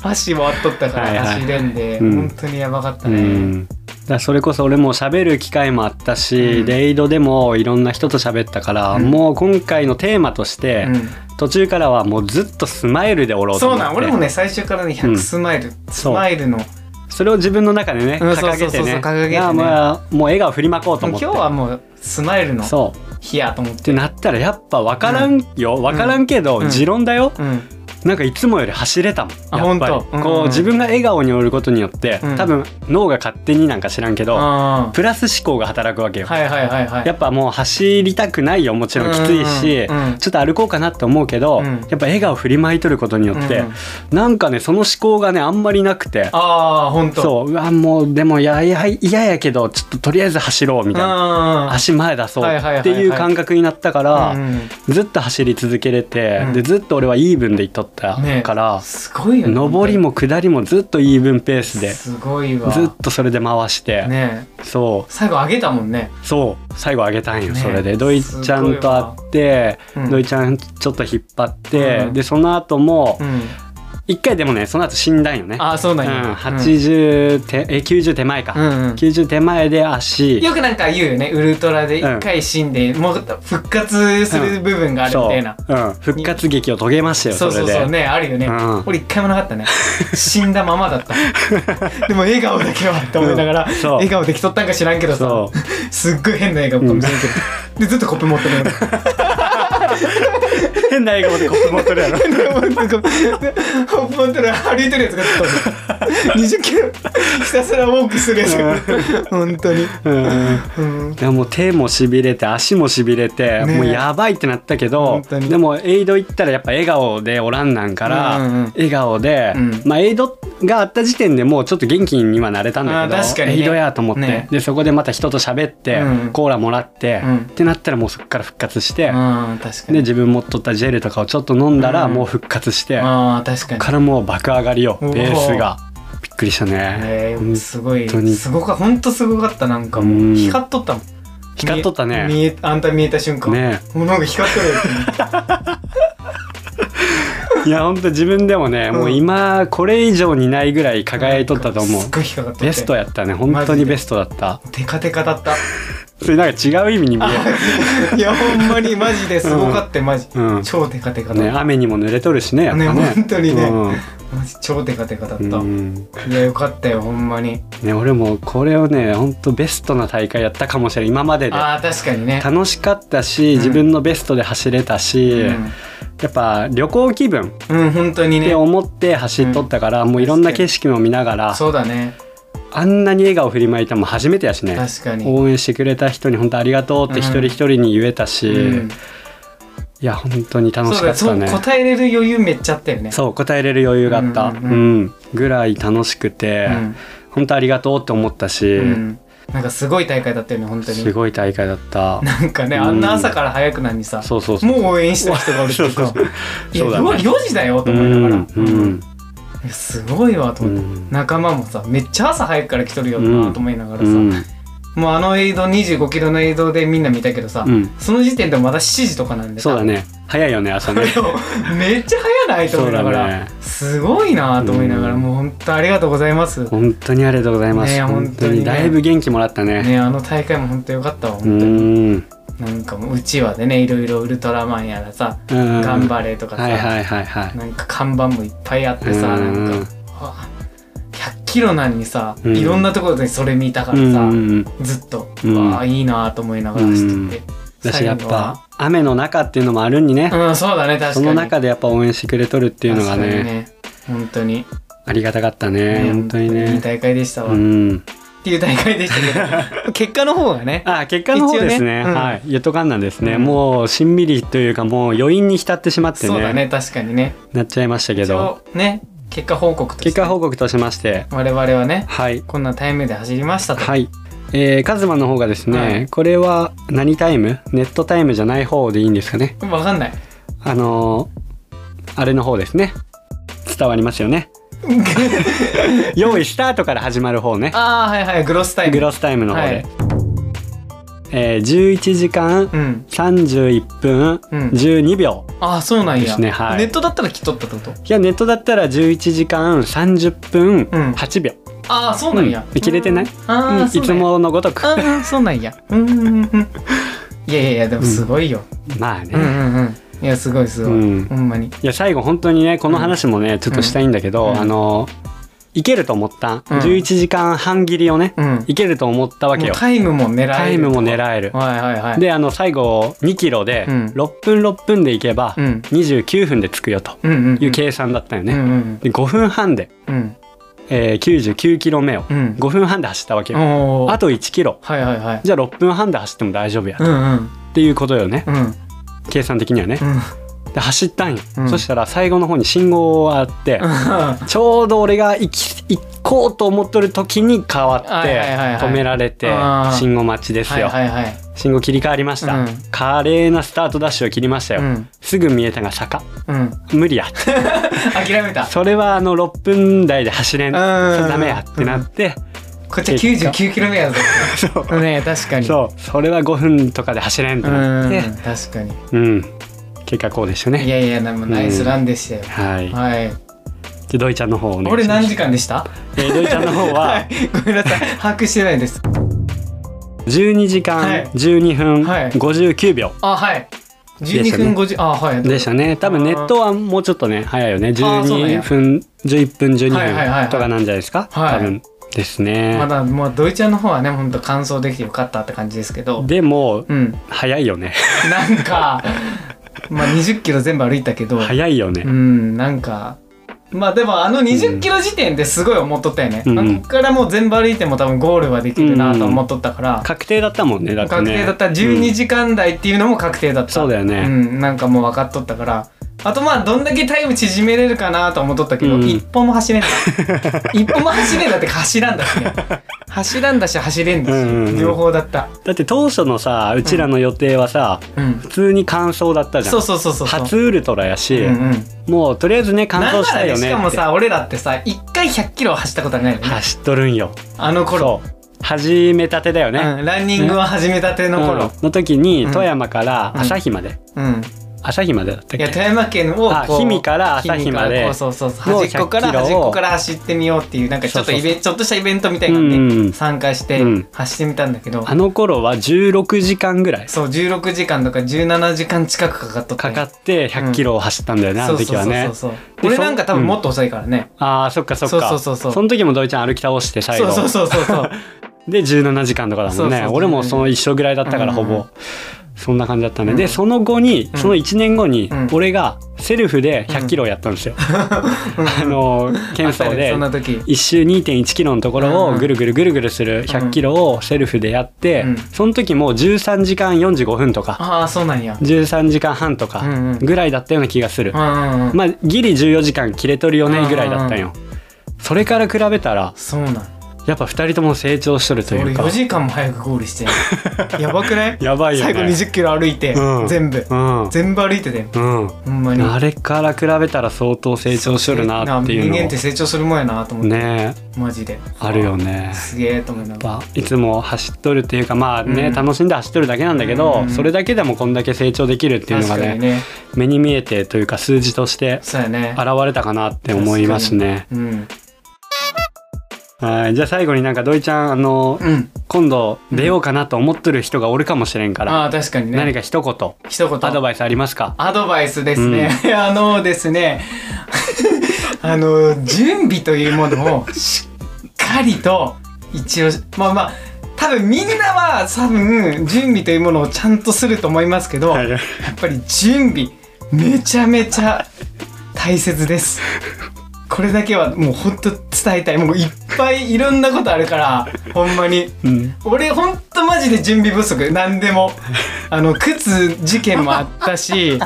[SPEAKER 1] [laughs] 足もあっとったか
[SPEAKER 2] はい
[SPEAKER 1] ら
[SPEAKER 2] はい
[SPEAKER 1] 走れんで、
[SPEAKER 2] うん
[SPEAKER 1] 本当にやばかった
[SPEAKER 2] う
[SPEAKER 1] ね、
[SPEAKER 2] んからそれこそ俺も喋る機会もあったし、
[SPEAKER 1] うん
[SPEAKER 2] レイドでもいろんな人と喋ったから、
[SPEAKER 1] うん
[SPEAKER 2] もう今回のテーマとして、
[SPEAKER 1] うん
[SPEAKER 2] 途中からはもうずっとスマイルでおろうと
[SPEAKER 1] そ
[SPEAKER 2] 思
[SPEAKER 1] う
[SPEAKER 2] って
[SPEAKER 1] なん俺もね最初からね
[SPEAKER 2] う
[SPEAKER 1] 100
[SPEAKER 2] ん
[SPEAKER 1] スマイル、ス
[SPEAKER 2] そう
[SPEAKER 1] マイルのもう
[SPEAKER 2] それを自分の中でね
[SPEAKER 1] うん
[SPEAKER 2] 掲げ
[SPEAKER 1] そうそ
[SPEAKER 2] て
[SPEAKER 1] うそう
[SPEAKER 2] ね
[SPEAKER 1] 掲げてね
[SPEAKER 2] いやまあもう笑顔振りまこうと思
[SPEAKER 1] 今
[SPEAKER 2] って
[SPEAKER 1] 日はもうスマイルの
[SPEAKER 2] そう
[SPEAKER 1] 日やと思って
[SPEAKER 2] ってなったらやっぱ分からんよ、分からんけど、
[SPEAKER 1] うん
[SPEAKER 2] 持論だよ、
[SPEAKER 1] うん
[SPEAKER 2] なんかいつもより走れたもん
[SPEAKER 1] あ
[SPEAKER 2] やっぱり
[SPEAKER 1] ほんとうん
[SPEAKER 2] こう自分が笑顔におることによって、
[SPEAKER 1] うん
[SPEAKER 2] 多分脳が勝手になんか知らんけど、
[SPEAKER 1] あ
[SPEAKER 2] プラス思考が働くわ
[SPEAKER 1] ー
[SPEAKER 2] けよ、
[SPEAKER 1] はいはいはいはい
[SPEAKER 2] やっぱもう走りたくないよもちろんきついし、
[SPEAKER 1] うんうんうん
[SPEAKER 2] ちょっと歩こうかなって思うけど、
[SPEAKER 1] うん
[SPEAKER 2] やっぱ笑顔振りまいとることによって、
[SPEAKER 1] うん
[SPEAKER 2] なんかねその思考がねあんまりなくて
[SPEAKER 1] ああほんと
[SPEAKER 2] そううわもうでもいやいやいややけどちょっととりあえず走ろうみたいな、
[SPEAKER 1] あ
[SPEAKER 2] 足前出そう
[SPEAKER 1] はいはいはいはい
[SPEAKER 2] っていう感覚になったから、
[SPEAKER 1] うん
[SPEAKER 2] ずっと走り続けれて、
[SPEAKER 1] うん
[SPEAKER 2] でずっと俺はイーブンでいっとった
[SPEAKER 1] ね
[SPEAKER 2] から、
[SPEAKER 1] すごいよね
[SPEAKER 2] 上りも下りもずっとイーブンペースでず
[SPEAKER 1] すごいわ
[SPEAKER 2] っとそれで回して、
[SPEAKER 1] ねえ
[SPEAKER 2] そ
[SPEAKER 1] 最後上げたもんね
[SPEAKER 2] うそう最後上げたんよ、
[SPEAKER 1] ね
[SPEAKER 2] それでドイちゃんと会って、
[SPEAKER 1] すごいわうん
[SPEAKER 2] ドイちゃんちょっと引っ張って、
[SPEAKER 1] うん
[SPEAKER 2] でその後も
[SPEAKER 1] うん
[SPEAKER 2] 一回でもねその後死んだんよね、
[SPEAKER 1] ああそうなんや、
[SPEAKER 2] うん、80手え90手前か、
[SPEAKER 1] うんうん
[SPEAKER 2] 90手前で足
[SPEAKER 1] よくなんか言うよねウルトラで
[SPEAKER 2] うん
[SPEAKER 1] 一回死んで、もう復活する部分があるみたいな、
[SPEAKER 2] そううん、復活劇を遂げましたよ
[SPEAKER 1] そ
[SPEAKER 2] そう
[SPEAKER 1] そ
[SPEAKER 2] れ
[SPEAKER 1] う
[SPEAKER 2] で
[SPEAKER 1] そうねあるよね、
[SPEAKER 2] うん
[SPEAKER 1] 俺一回もなかったね死んだままだったでも笑顔だけはって思いながら、
[SPEAKER 2] うんそう
[SPEAKER 1] 笑顔できとったんか知らんけどさ
[SPEAKER 2] そ
[SPEAKER 1] すっごい変な笑顔かもしれんけど、でずっとコップ持ってるの
[SPEAKER 2] 変な笑顔でコップ持ってるやろ
[SPEAKER 1] コップ持ってる歩いてるやつがずっと20キロひたすらウォークするやつが本当に、
[SPEAKER 2] うん
[SPEAKER 1] うん、
[SPEAKER 2] いやもう手もしびれて足もしびれて、
[SPEAKER 1] ねえ
[SPEAKER 2] もうやばいってなったけど
[SPEAKER 1] 本当に
[SPEAKER 2] でもエイド行ったらやっぱ笑顔でおらんなんから、
[SPEAKER 1] うんうん
[SPEAKER 2] 笑顔で、
[SPEAKER 1] うん
[SPEAKER 2] まあエイドがあった時点でもうちょっと元気にはなれたんだけ
[SPEAKER 1] あ
[SPEAKER 2] ど
[SPEAKER 1] ー確かにね
[SPEAKER 2] エイドやと思って、
[SPEAKER 1] ね
[SPEAKER 2] でそこでまた人と喋って、
[SPEAKER 1] うん
[SPEAKER 2] コーラもらって、
[SPEAKER 1] うん
[SPEAKER 2] ってなったらもうそこから復活して、
[SPEAKER 1] あー確か
[SPEAKER 2] で
[SPEAKER 1] に
[SPEAKER 2] 自分持っとったジェルとかをちょっと飲んだら
[SPEAKER 1] うん
[SPEAKER 2] もう復活して、
[SPEAKER 1] あー確かに
[SPEAKER 2] からもう爆上がりよ
[SPEAKER 1] お
[SPEAKER 2] ベ
[SPEAKER 1] ー
[SPEAKER 2] ースがびっくりしたね
[SPEAKER 1] え、ーすごい
[SPEAKER 2] 本当に
[SPEAKER 1] すごか本当すごかったなんか
[SPEAKER 2] う
[SPEAKER 1] も
[SPEAKER 2] ん
[SPEAKER 1] う光っとったもん
[SPEAKER 2] 光っとったね
[SPEAKER 1] 見えあんた見えた瞬間
[SPEAKER 2] ね
[SPEAKER 1] もうなんか光っとるよ
[SPEAKER 2] いや本当自分でもね、
[SPEAKER 1] うん
[SPEAKER 2] もう今これ以上にないぐらい輝いとったと思う
[SPEAKER 1] すっごい光っとって
[SPEAKER 2] ベストやったね本当にベストだった
[SPEAKER 1] テカテカだった
[SPEAKER 2] それなんか違う意味に見え
[SPEAKER 1] いやほんまにマジですごかったマジ、
[SPEAKER 2] うん
[SPEAKER 1] 超テカテカ
[SPEAKER 2] るね
[SPEAKER 1] だっ
[SPEAKER 2] 雨にも濡れとるしねや
[SPEAKER 1] た
[SPEAKER 2] っ
[SPEAKER 1] ね
[SPEAKER 2] ぱね
[SPEAKER 1] 本当にね、
[SPEAKER 2] う
[SPEAKER 1] マジ超テカテカだった、
[SPEAKER 2] んうん
[SPEAKER 1] いやよかったよほんまに
[SPEAKER 2] ね俺もこれをね本当ベストな大会やったかもしれない今までで
[SPEAKER 1] あー確かにね、
[SPEAKER 2] 楽しかったし
[SPEAKER 1] ん
[SPEAKER 2] 自分のベストで走れたし、やっぱ旅行気分
[SPEAKER 1] うん、うん、本当に
[SPEAKER 2] って
[SPEAKER 1] ね
[SPEAKER 2] 思って走っとったから、もういろんな景色も見ながら
[SPEAKER 1] そうだね
[SPEAKER 2] あんなに笑顔振りまいたのも初めてやしね
[SPEAKER 1] 確かに、
[SPEAKER 2] 応援してくれた人に本当ありがとうって一人一人に言えたし、
[SPEAKER 1] うん
[SPEAKER 2] いや本当に楽し
[SPEAKER 1] そう
[SPEAKER 2] か
[SPEAKER 1] だ
[SPEAKER 2] った
[SPEAKER 1] そう
[SPEAKER 2] ねそう
[SPEAKER 1] 答えれる余裕めっちゃあったよね
[SPEAKER 2] 答えれる余裕があった、
[SPEAKER 1] う
[SPEAKER 2] うんん
[SPEAKER 1] うんうん
[SPEAKER 2] ぐらい楽しくて、
[SPEAKER 1] うん
[SPEAKER 2] 本当ありがとうって思ったし、
[SPEAKER 1] うん、なんかすごい大会だったよね本当に
[SPEAKER 2] すごい大会
[SPEAKER 1] [laughs]
[SPEAKER 2] だった
[SPEAKER 1] なんかねあんな朝から早くなのにさ、
[SPEAKER 2] そうそうそう
[SPEAKER 1] もう応援した人がおるっていうか
[SPEAKER 2] そうそう
[SPEAKER 1] いや
[SPEAKER 2] そうだ
[SPEAKER 1] う
[SPEAKER 2] ね
[SPEAKER 1] わ4時だよと
[SPEAKER 2] う
[SPEAKER 1] 思いながら、
[SPEAKER 2] んうん
[SPEAKER 1] いやすごいわと思って、
[SPEAKER 2] うん
[SPEAKER 1] 仲間もさめっちゃ朝早くから来とるよ
[SPEAKER 2] う
[SPEAKER 1] なんと思いながら
[SPEAKER 2] う
[SPEAKER 1] さ、
[SPEAKER 2] ん
[SPEAKER 1] もうあの映像25キロの映像でみんな見たけどさ、
[SPEAKER 2] うん
[SPEAKER 1] その時点でまだ7時とかなんで
[SPEAKER 2] そうだね早いよね朝
[SPEAKER 1] こ [laughs]
[SPEAKER 2] ね
[SPEAKER 1] れをめっちゃ早ないと思いなが
[SPEAKER 2] そう
[SPEAKER 1] ら、
[SPEAKER 2] だね
[SPEAKER 1] すごいなと思いながら、
[SPEAKER 2] うん
[SPEAKER 1] もう本当ありがとうございます、
[SPEAKER 2] 本当にありがとうございます、
[SPEAKER 1] ね
[SPEAKER 2] 本
[SPEAKER 1] 本当
[SPEAKER 2] 当
[SPEAKER 1] にね
[SPEAKER 2] にだいぶ元気もらったね
[SPEAKER 1] ねあの大会も本当よかったわ
[SPEAKER 2] う
[SPEAKER 1] 本当に、
[SPEAKER 2] んうん
[SPEAKER 1] なんかもううちわでねいろいろウルトラマンやらさ、頑
[SPEAKER 2] 頑
[SPEAKER 1] 張れとかさ、
[SPEAKER 2] はいはいはいはい
[SPEAKER 1] なんか看板もいっぱいあってさ、
[SPEAKER 2] うん
[SPEAKER 1] なんかあ100キロなんにさ、
[SPEAKER 2] うん
[SPEAKER 1] いろんなところでそれ見たか
[SPEAKER 2] う
[SPEAKER 1] ら
[SPEAKER 2] ん
[SPEAKER 1] さ、
[SPEAKER 2] うん
[SPEAKER 1] ずっと、
[SPEAKER 2] うん
[SPEAKER 1] わあいいなと思いながら走ってて、
[SPEAKER 2] だし
[SPEAKER 1] 最
[SPEAKER 2] やっ
[SPEAKER 1] 後は
[SPEAKER 2] ぱ雨の中っていうのもあるんにね、
[SPEAKER 1] うんそうだね確かに
[SPEAKER 2] その中でやっぱ応援してくれとるっていうのが
[SPEAKER 1] 確かに
[SPEAKER 2] ね
[SPEAKER 1] ね本当に
[SPEAKER 2] ありがたかったね本当に
[SPEAKER 1] いい
[SPEAKER 2] ね
[SPEAKER 1] 大会でしたわ、
[SPEAKER 2] う
[SPEAKER 1] っ
[SPEAKER 2] ん
[SPEAKER 1] ていう大会でしたけ
[SPEAKER 2] [laughs]
[SPEAKER 1] ど結果の方がね
[SPEAKER 2] あ結果の方ですね
[SPEAKER 1] 一応ねうん
[SPEAKER 2] はいゆとかんなんですね、
[SPEAKER 1] うん
[SPEAKER 2] もうしんみりというかもう余韻に浸ってしまっ
[SPEAKER 1] [laughs]
[SPEAKER 2] て
[SPEAKER 1] そうだ
[SPEAKER 2] ね
[SPEAKER 1] ね確かにね
[SPEAKER 2] なっちゃいましたけ
[SPEAKER 1] 一
[SPEAKER 2] ど
[SPEAKER 1] 応ね結果報告として
[SPEAKER 2] 結果報告としまして
[SPEAKER 1] 我々はね
[SPEAKER 2] はい
[SPEAKER 1] こんなタイムで走りましたと、
[SPEAKER 2] はいえー、カズマの方がですね、
[SPEAKER 1] はい
[SPEAKER 2] これは何タイムネットタイムじゃない方でいいんですかね
[SPEAKER 1] 分かんない
[SPEAKER 2] あのー、あれの方ですね伝わります
[SPEAKER 1] [laughs]
[SPEAKER 2] よね用意スタートから始まる方ね
[SPEAKER 1] ああはいはいグロスタイム
[SPEAKER 2] グロスタイムの方で、
[SPEAKER 1] はい
[SPEAKER 2] えー、11時間
[SPEAKER 1] うん
[SPEAKER 2] 31分
[SPEAKER 1] うん
[SPEAKER 2] 12秒、
[SPEAKER 1] ああそうなん
[SPEAKER 2] で
[SPEAKER 1] や、
[SPEAKER 2] すねはい
[SPEAKER 1] ネットだったら切っとったってこと
[SPEAKER 2] いやネットだったら11時間30分
[SPEAKER 1] うん
[SPEAKER 2] 8秒、
[SPEAKER 1] ああそうなんや、
[SPEAKER 2] うん切れてない
[SPEAKER 1] あ
[SPEAKER 2] う
[SPEAKER 1] あ
[SPEAKER 2] んい
[SPEAKER 1] そう
[SPEAKER 2] つ
[SPEAKER 1] なんや
[SPEAKER 2] ものごとく
[SPEAKER 1] あーそうなんやうんうんうんいやいやいやでもすごいよ、
[SPEAKER 2] まあ
[SPEAKER 1] うんう
[SPEAKER 2] ね、
[SPEAKER 1] んうんいやすごいすごい、
[SPEAKER 2] うん
[SPEAKER 1] ほんまに
[SPEAKER 2] いや最後本当にねこの話もね、ちょっとしたいんだけど、
[SPEAKER 1] うん
[SPEAKER 2] あのいけると思っ
[SPEAKER 1] う
[SPEAKER 2] た、
[SPEAKER 1] ん
[SPEAKER 2] 11時間半切りをね
[SPEAKER 1] うん
[SPEAKER 2] いけると思ったわけ
[SPEAKER 1] も
[SPEAKER 2] よ
[SPEAKER 1] うタイムも狙える
[SPEAKER 2] タイムも狙える
[SPEAKER 1] はいはいはい
[SPEAKER 2] であの最後2キロで
[SPEAKER 1] うん
[SPEAKER 2] 6分6分でいけば
[SPEAKER 1] うん
[SPEAKER 2] 29分で着くよと
[SPEAKER 1] うんうん
[SPEAKER 2] いう計算だったよ
[SPEAKER 1] うん
[SPEAKER 2] ね、で5分半で、
[SPEAKER 1] うんうん
[SPEAKER 2] えー、99キロ目を
[SPEAKER 1] うん
[SPEAKER 2] 5分半で走ったわけよ
[SPEAKER 1] おー
[SPEAKER 2] あと1キロ
[SPEAKER 1] はいはいはい
[SPEAKER 2] じゃあ6分半で走っても大丈夫や
[SPEAKER 1] うんうん
[SPEAKER 2] っていうことよね
[SPEAKER 1] うんうん
[SPEAKER 2] 計算的にはねで走ったんよ、
[SPEAKER 1] うん
[SPEAKER 2] そしたら最後の方に信号があって、ちょうど俺が行き行こうと思っとる時に変わって
[SPEAKER 1] はいはいはいはい
[SPEAKER 2] 止められて
[SPEAKER 1] あー
[SPEAKER 2] 信号待ちです
[SPEAKER 1] はい
[SPEAKER 2] よ、
[SPEAKER 1] はいはい
[SPEAKER 2] 信号切り替わりました、
[SPEAKER 1] うん
[SPEAKER 2] 華麗なスタートダッシュを切りましたよ、
[SPEAKER 1] うん
[SPEAKER 2] すぐ見えたが坂
[SPEAKER 1] うん [laughs]
[SPEAKER 2] 無理や
[SPEAKER 1] 諦めた
[SPEAKER 2] それはあの6分台で走れん
[SPEAKER 1] うん
[SPEAKER 2] それダメやってなって、
[SPEAKER 1] こっちは99キロ目やぞそうね確かに
[SPEAKER 2] そうそれは5分とかで走れんと
[SPEAKER 1] う
[SPEAKER 2] なっ
[SPEAKER 1] ん
[SPEAKER 2] て
[SPEAKER 1] 確かに
[SPEAKER 2] うん、結果こうでした
[SPEAKER 1] い
[SPEAKER 2] ね
[SPEAKER 1] やいやでもナイスランでしたよ
[SPEAKER 2] はいじゃ
[SPEAKER 1] はい
[SPEAKER 2] あ土井ちゃんの方お願いします
[SPEAKER 1] 俺何時間でした
[SPEAKER 2] えー土井ちゃんの方
[SPEAKER 1] は
[SPEAKER 2] はい
[SPEAKER 1] ごめんなさい把握してないです
[SPEAKER 2] 12時間12分
[SPEAKER 1] はい
[SPEAKER 2] 59秒
[SPEAKER 1] あはい
[SPEAKER 2] でし
[SPEAKER 1] 12
[SPEAKER 2] たね
[SPEAKER 1] 分50あはい
[SPEAKER 2] でしたね多分ネットはもうちょっとね早いよね
[SPEAKER 1] あーそうなんや
[SPEAKER 2] 12分11分12
[SPEAKER 1] はいはいはいはい
[SPEAKER 2] 分とかなんじゃないですか
[SPEAKER 1] はい
[SPEAKER 2] 多分ですね
[SPEAKER 1] まだもうドイちゃんの方はねほんと完走できてよかったって感じですけど
[SPEAKER 2] でも
[SPEAKER 1] うん
[SPEAKER 2] 早いよね
[SPEAKER 1] なんかまあ20キロ全部歩いたけど
[SPEAKER 2] 早いよ
[SPEAKER 1] う
[SPEAKER 2] ね
[SPEAKER 1] んなんかまあでもあの20キロ時点ですごい思っとったよね、
[SPEAKER 2] うん
[SPEAKER 1] あここからもう全部歩いても多分ゴールはできるなと思っとったから、
[SPEAKER 2] 確定だったもんねだって
[SPEAKER 1] 確
[SPEAKER 2] ね
[SPEAKER 1] 定だった
[SPEAKER 2] うん
[SPEAKER 1] 12時間台っていうのも確定だった、
[SPEAKER 2] そうだよね
[SPEAKER 1] うん、なんかもう分かっとったからあとまあどんだけタイム縮めれるかなと思っとったけど、
[SPEAKER 2] うん
[SPEAKER 1] 一歩も
[SPEAKER 2] [laughs]
[SPEAKER 1] 走れんだ一歩も走れんだってか走らんだしね走らんだし走れんだし、
[SPEAKER 2] うんうんうん
[SPEAKER 1] 両方だった、
[SPEAKER 2] だって当初のさうちらの予定はさ
[SPEAKER 1] うん、
[SPEAKER 2] 普通に完走だったじゃ
[SPEAKER 1] そうんそうそうそう
[SPEAKER 2] 初ウルトラやし
[SPEAKER 1] うんうん、
[SPEAKER 2] もうとりあえずね完
[SPEAKER 1] なん
[SPEAKER 2] 走し
[SPEAKER 1] な
[SPEAKER 2] た
[SPEAKER 1] ら
[SPEAKER 2] いよ
[SPEAKER 1] ねし
[SPEAKER 2] ね
[SPEAKER 1] かも
[SPEAKER 2] って
[SPEAKER 1] さ俺らってさ一回100キロは走ったことはないよね
[SPEAKER 2] 走っとるんよ
[SPEAKER 1] あの頃
[SPEAKER 2] そう始めたてだよね
[SPEAKER 1] うん、ランニングを始めたての
[SPEAKER 2] うん
[SPEAKER 1] 頃、
[SPEAKER 2] の時に
[SPEAKER 1] うん
[SPEAKER 2] 富山から旭まで
[SPEAKER 1] うん
[SPEAKER 2] 朝日までだったっ
[SPEAKER 1] いや
[SPEAKER 2] け
[SPEAKER 1] 富山県を
[SPEAKER 2] あ
[SPEAKER 1] こう
[SPEAKER 2] 氷見から朝日ま
[SPEAKER 1] 氷見か
[SPEAKER 2] で
[SPEAKER 1] らこうそうそうそう
[SPEAKER 2] もう
[SPEAKER 1] 端っこから
[SPEAKER 2] 100キロを
[SPEAKER 1] 端っこから走ってみようっていうなんかちょっとイベンちょっとしたイベントみたいなんで、
[SPEAKER 2] うんうん
[SPEAKER 1] 参加して
[SPEAKER 2] うん
[SPEAKER 1] 走ってみたんだけど、
[SPEAKER 2] あの頃は16時間ぐらい
[SPEAKER 1] そう16時間とか17時間近くかかっとった
[SPEAKER 2] か
[SPEAKER 1] よ
[SPEAKER 2] かって100キロを走ったんだよね、あ
[SPEAKER 1] そう
[SPEAKER 2] の時
[SPEAKER 1] そう
[SPEAKER 2] はね
[SPEAKER 1] そうそう
[SPEAKER 2] で
[SPEAKER 1] 俺
[SPEAKER 2] そ
[SPEAKER 1] なんか多分もっと遅いからね、
[SPEAKER 2] ああそっかそっか
[SPEAKER 1] そうそうそうそう
[SPEAKER 2] の時も土井ちゃん歩き倒して最
[SPEAKER 1] そ
[SPEAKER 2] 後
[SPEAKER 1] うそうそうそう
[SPEAKER 2] [laughs]
[SPEAKER 1] そう
[SPEAKER 2] で17時間とかだもんね
[SPEAKER 1] そうそうそう
[SPEAKER 2] 俺もその一緒ぐらいだったから
[SPEAKER 1] うんう
[SPEAKER 2] ほ
[SPEAKER 1] ん
[SPEAKER 2] ぼ、そんな感じだったね、
[SPEAKER 1] うん
[SPEAKER 2] でその後に
[SPEAKER 1] うん
[SPEAKER 2] その1年後に
[SPEAKER 1] うん
[SPEAKER 2] 俺がセルフで100キロやったんですよ、 [laughs] あの検
[SPEAKER 1] あ
[SPEAKER 2] 査
[SPEAKER 1] ったね
[SPEAKER 2] で
[SPEAKER 1] そんな時
[SPEAKER 2] 1周2 1キロのところ
[SPEAKER 1] う
[SPEAKER 2] を
[SPEAKER 1] ん
[SPEAKER 2] ぐるぐるぐるぐるする1 0 0キロをセルフでやって、
[SPEAKER 1] うん
[SPEAKER 2] その時もう13時間45分とか
[SPEAKER 1] ああそうなんや
[SPEAKER 2] 13時間半とか
[SPEAKER 1] うんうん
[SPEAKER 2] ぐらいだったような気がする
[SPEAKER 1] う、んうんうん
[SPEAKER 2] まあギリ14時間切れとるよねぐらいだったんよ、それから比べたら
[SPEAKER 1] そうなん
[SPEAKER 2] やっぱ2人とも成長しとるとい
[SPEAKER 1] 俺
[SPEAKER 2] うか
[SPEAKER 1] 4時間も早くゴールして
[SPEAKER 2] [laughs]
[SPEAKER 1] んやばくない
[SPEAKER 2] やばいよ
[SPEAKER 1] 最
[SPEAKER 2] ね
[SPEAKER 1] 後2 0キロ歩いて、
[SPEAKER 2] うん
[SPEAKER 1] 全部全部歩いてたよ
[SPEAKER 2] うん、うん
[SPEAKER 1] ほんまに
[SPEAKER 2] あれから比べたら相当成長しとるなっていう
[SPEAKER 1] 人間って
[SPEAKER 2] の
[SPEAKER 1] 成長するもんやなと思
[SPEAKER 2] を
[SPEAKER 1] って、
[SPEAKER 2] ね
[SPEAKER 1] マジで
[SPEAKER 2] あるよね
[SPEAKER 1] すげえと思いなが
[SPEAKER 2] やっぱいつも走っとるっていうかまあね、
[SPEAKER 1] うん
[SPEAKER 2] 楽しんで走っとるだけなんだけど、
[SPEAKER 1] うん
[SPEAKER 2] それだけでもこんだけ成長できるってい
[SPEAKER 1] ら
[SPEAKER 2] うのが
[SPEAKER 1] 確か
[SPEAKER 2] ね
[SPEAKER 1] にね
[SPEAKER 2] 目に見えてというか数字として
[SPEAKER 1] そうやね
[SPEAKER 2] 現れたかなって思いますね。
[SPEAKER 1] うん
[SPEAKER 2] はいじゃあ最後になんか土井ちゃんあの、
[SPEAKER 1] うん
[SPEAKER 2] 今度出ようかなと思っとる人がおるかもしれんから、
[SPEAKER 1] ああ確かにね
[SPEAKER 2] 何か一言
[SPEAKER 1] 一言
[SPEAKER 2] アドバイスありますか
[SPEAKER 1] アドバイスですね、 [laughs] あのですね [laughs] あの準備というものをしっかりと一応まあまあ多分みんなは多分準備というものをちゃんとすると思いますけど、
[SPEAKER 2] はい
[SPEAKER 1] やっぱり準備めちゃめちゃ大切ですこれだけはもうほんと伝えたいもういっぱいいろんなことあるからほんまに
[SPEAKER 2] うん
[SPEAKER 1] 俺ほんとマジで準備不足何で
[SPEAKER 2] [laughs]
[SPEAKER 1] もあの靴事件もあったし [laughs]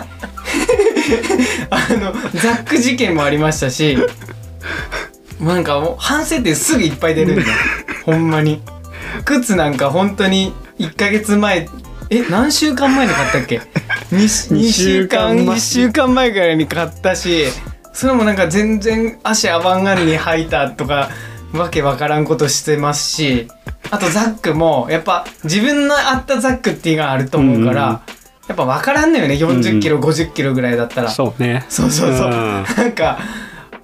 [SPEAKER 1] あのザック事件もありましたしなんかもう反省点すぐいっぱい出るんだ
[SPEAKER 2] [laughs]
[SPEAKER 1] よほんまに靴なんか本当に1ヶ月前え何週間前に買ったっけ 2,
[SPEAKER 2] 二
[SPEAKER 1] 週
[SPEAKER 2] 週間
[SPEAKER 1] 間
[SPEAKER 2] 前
[SPEAKER 1] 1週間前ぐらいに買ったしそれもなんか全然足アバンガンに履いたとかわけわからんことしてますしあとザックもやっぱ自分の合ったザックっていうのがあると思うから、
[SPEAKER 2] うん
[SPEAKER 1] やっぱわからんのよね4 0キロ、5 0キロぐらいだったら
[SPEAKER 2] そうね
[SPEAKER 1] そうそうそう
[SPEAKER 2] うん
[SPEAKER 1] なんか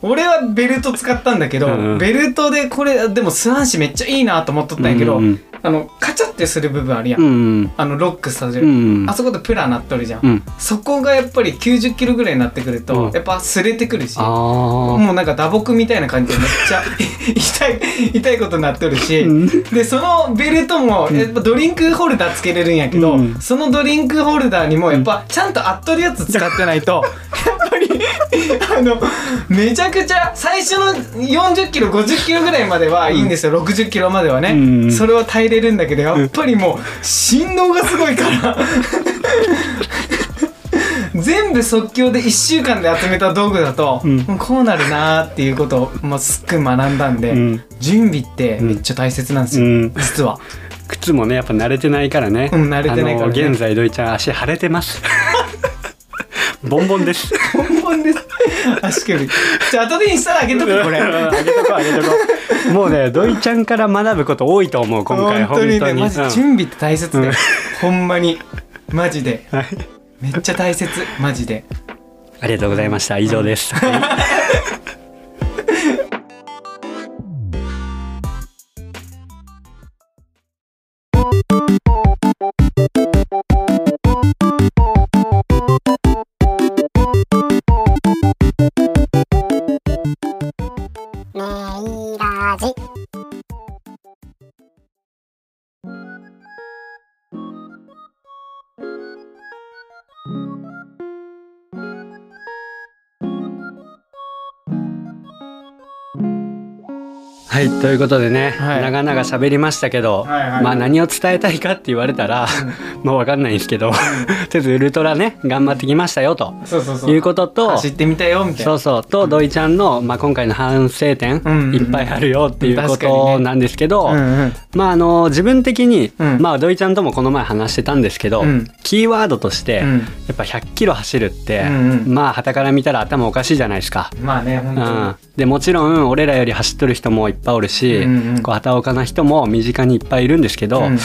[SPEAKER 1] 俺はベルト使ったんだけど、
[SPEAKER 2] うんうん
[SPEAKER 1] ベルトでこれでもスワンシめっちゃいいなと思っとったんやけど、
[SPEAKER 2] うんうん
[SPEAKER 1] あのカチャってする部分あるやん、
[SPEAKER 2] うん
[SPEAKER 1] あのロックさせ
[SPEAKER 2] う
[SPEAKER 1] る、
[SPEAKER 2] ん
[SPEAKER 1] あそことプラなっとるじゃん、
[SPEAKER 2] うん
[SPEAKER 1] そこがやっぱり9 0キロぐらいになってくると、
[SPEAKER 2] うん
[SPEAKER 1] やっぱ擦れてくるし
[SPEAKER 2] あー
[SPEAKER 1] もうなんか打撲みたいな感じでめっちゃ [laughs] 痛い痛いことになっとるし、
[SPEAKER 2] うん
[SPEAKER 1] でそのベルトもやっぱドリンクホルダーつけれるんやけど、
[SPEAKER 2] うん
[SPEAKER 1] そのドリンクホルダーにもやっぱちゃんとあっとるやつ使ってないとやっぱり [laughs] あのめちゃくちゃ最初の40キロ50キロぐらいまではいいんですよ、60キロまではね、
[SPEAKER 2] うん
[SPEAKER 1] それは耐えれるんだけどやっぱりもう振動がすごいから全部即興で1週間で集めた道具だと、
[SPEAKER 2] うん
[SPEAKER 1] もうこうなるなーっていうことを、まあ、すっごい学んだんで、
[SPEAKER 2] うん
[SPEAKER 1] 準備ってめっちゃ大切なんですよ、
[SPEAKER 2] うん
[SPEAKER 1] 実は。
[SPEAKER 2] 靴もねやっぱ慣れてないからね、
[SPEAKER 1] うん慣れてないからね
[SPEAKER 2] あの現在土井ちゃん足腫れてます [laughs] ボンボンです
[SPEAKER 1] ポンポンです。足首。じゃあ後でインスタであげとくこれ。
[SPEAKER 2] あげとこうあげとこうもうね土井ちゃんから学ぶこと多いと思う今回本
[SPEAKER 1] 本
[SPEAKER 2] 当
[SPEAKER 1] 当
[SPEAKER 2] に
[SPEAKER 1] にね、マジ
[SPEAKER 2] うん
[SPEAKER 1] 準備って大切で、
[SPEAKER 2] うん
[SPEAKER 1] ほんまに。マジで。
[SPEAKER 2] はい
[SPEAKER 1] めっちゃ大切。マジで。
[SPEAKER 2] ありがとうございました以上です、はい
[SPEAKER 3] メイラジ
[SPEAKER 2] はい、ということでね、
[SPEAKER 1] はい
[SPEAKER 2] 長々喋りましたけど、
[SPEAKER 1] はいはい
[SPEAKER 2] まあ何を伝えたいかって言われたら、もうわかんないんですけ [laughs] ど、とりあえずウルトラね頑張ってきましたよと
[SPEAKER 1] そうそうそう。
[SPEAKER 2] いうことと
[SPEAKER 1] 走ってみたよ、みたい
[SPEAKER 2] そう
[SPEAKER 1] な。
[SPEAKER 2] そうと土井ちゃんの、まあ、今回の反省点、
[SPEAKER 1] うんうんうん
[SPEAKER 2] いっぱいあるよっていうこ
[SPEAKER 1] 確かに
[SPEAKER 2] と
[SPEAKER 1] ね
[SPEAKER 2] なんですけど、
[SPEAKER 1] うんうん。
[SPEAKER 2] まああの自分的に、
[SPEAKER 1] うん
[SPEAKER 2] まあ土井ちゃんともこの前話してたんですけど、
[SPEAKER 1] うん
[SPEAKER 2] キーワードとして、
[SPEAKER 1] うん
[SPEAKER 2] やっぱ100キロ走るって、
[SPEAKER 1] うんうん
[SPEAKER 2] まあ傍から見たら頭おかしいじゃないですか。
[SPEAKER 1] まあね、本
[SPEAKER 2] うん
[SPEAKER 1] 当、
[SPEAKER 2] でもちろん俺らより走っとる人もいっぱいおるし、
[SPEAKER 1] うんうん
[SPEAKER 2] こう畑岡な人も身近にいっぱいいるんですけど、
[SPEAKER 1] に。うん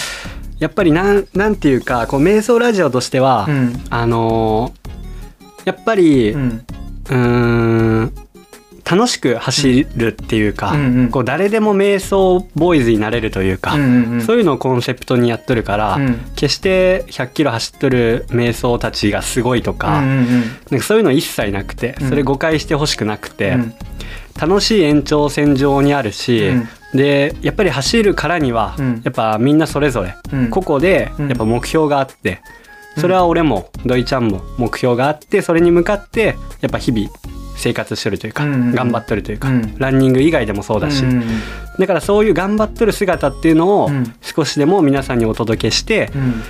[SPEAKER 2] やっぱりなんなんていうかこう瞑想ラジオとしては、
[SPEAKER 1] うん。
[SPEAKER 2] あのーやっぱり、
[SPEAKER 1] う。
[SPEAKER 2] うんーん楽しく走るっていうか、
[SPEAKER 1] うんうん
[SPEAKER 2] こう誰でも瞑想ボーイズになれるというか、
[SPEAKER 1] うんうんうん。
[SPEAKER 2] そういうのをコンセプトにやっとるから、
[SPEAKER 1] うん
[SPEAKER 2] 決して100キロ走っとる瞑想たちがすごいとか,、
[SPEAKER 1] うんうん
[SPEAKER 2] なんかそういうの一切なくて
[SPEAKER 1] うん
[SPEAKER 2] それ誤解してほしくなくて、
[SPEAKER 1] うん。
[SPEAKER 2] 楽しい延長線上にあるし、
[SPEAKER 1] うん
[SPEAKER 2] でやっぱり走るからには、
[SPEAKER 1] うん
[SPEAKER 2] やっぱみんなそれぞれ、
[SPEAKER 1] うん
[SPEAKER 2] 個々で
[SPEAKER 1] うん
[SPEAKER 2] やっぱ目標があって、それは俺も土井ちゃんも目標があってそれに向かってやっぱ日々生活してるというか、
[SPEAKER 1] うんうんうん
[SPEAKER 2] 頑張ってるというか、
[SPEAKER 1] うん
[SPEAKER 2] ランニング以外でもそうだし、
[SPEAKER 1] うん
[SPEAKER 2] だからそういう頑張ってる姿っていうのを
[SPEAKER 1] うん
[SPEAKER 2] 少しでも皆さんにお届けして、
[SPEAKER 1] うん。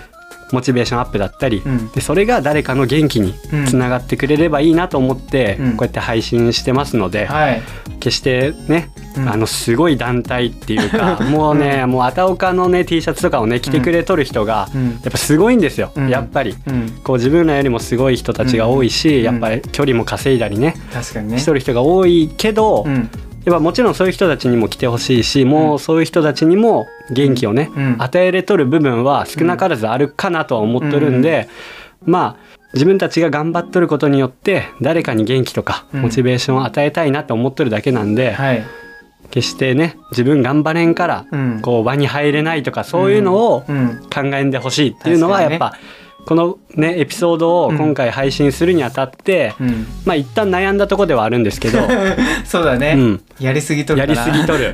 [SPEAKER 2] モチベーションアップだったり、
[SPEAKER 1] うん
[SPEAKER 2] でそれが誰かの元気につながってくれればいいなと思って、
[SPEAKER 1] うん
[SPEAKER 2] こうやって配信してますので、
[SPEAKER 1] はい。
[SPEAKER 2] 決してね、
[SPEAKER 1] うん
[SPEAKER 2] あのすごい団体ってい
[SPEAKER 1] [laughs]
[SPEAKER 2] うかもうね、もうあたおかのね T シャツとかをね着てくれとる人が、
[SPEAKER 1] うん
[SPEAKER 2] やっぱすごいんですよ、
[SPEAKER 1] うん
[SPEAKER 2] やっぱり。
[SPEAKER 1] うん。
[SPEAKER 2] こう自分らよりもすごい人たちが多いし、
[SPEAKER 1] ん
[SPEAKER 2] やっぱり距離も稼いだりね、
[SPEAKER 1] 確かにね。
[SPEAKER 2] しとる人が多いけど、
[SPEAKER 1] う
[SPEAKER 2] やっ
[SPEAKER 1] ん。
[SPEAKER 2] ぱもちろんそういう人たちにも来てほしいしもうそういう人たちにも元気をね、
[SPEAKER 1] うん
[SPEAKER 2] 与えれとる部分は少なからずあるかなとは思っとるんで、まあ自分たちが頑張っとることによって誰かに元気とか
[SPEAKER 1] うん
[SPEAKER 2] モチベーションを与えたいなと思っとるだけなんで、
[SPEAKER 1] はい。
[SPEAKER 2] 決してね自分頑張れんから、
[SPEAKER 1] うん
[SPEAKER 2] こう輪に入れないとかそういうのを
[SPEAKER 1] うん。
[SPEAKER 2] 考えんでほしいっていうのはやっ
[SPEAKER 1] 確か
[SPEAKER 2] ぱ、このねエピソードを今回配信するにあたって、
[SPEAKER 1] うん。
[SPEAKER 2] まあ一旦悩んだとこではあるんですけど
[SPEAKER 1] そうだ [laughs] ね、
[SPEAKER 2] うん
[SPEAKER 1] やりすぎとる
[SPEAKER 2] や
[SPEAKER 1] か
[SPEAKER 2] り
[SPEAKER 1] ら
[SPEAKER 2] すぎと
[SPEAKER 1] [laughs]
[SPEAKER 2] る、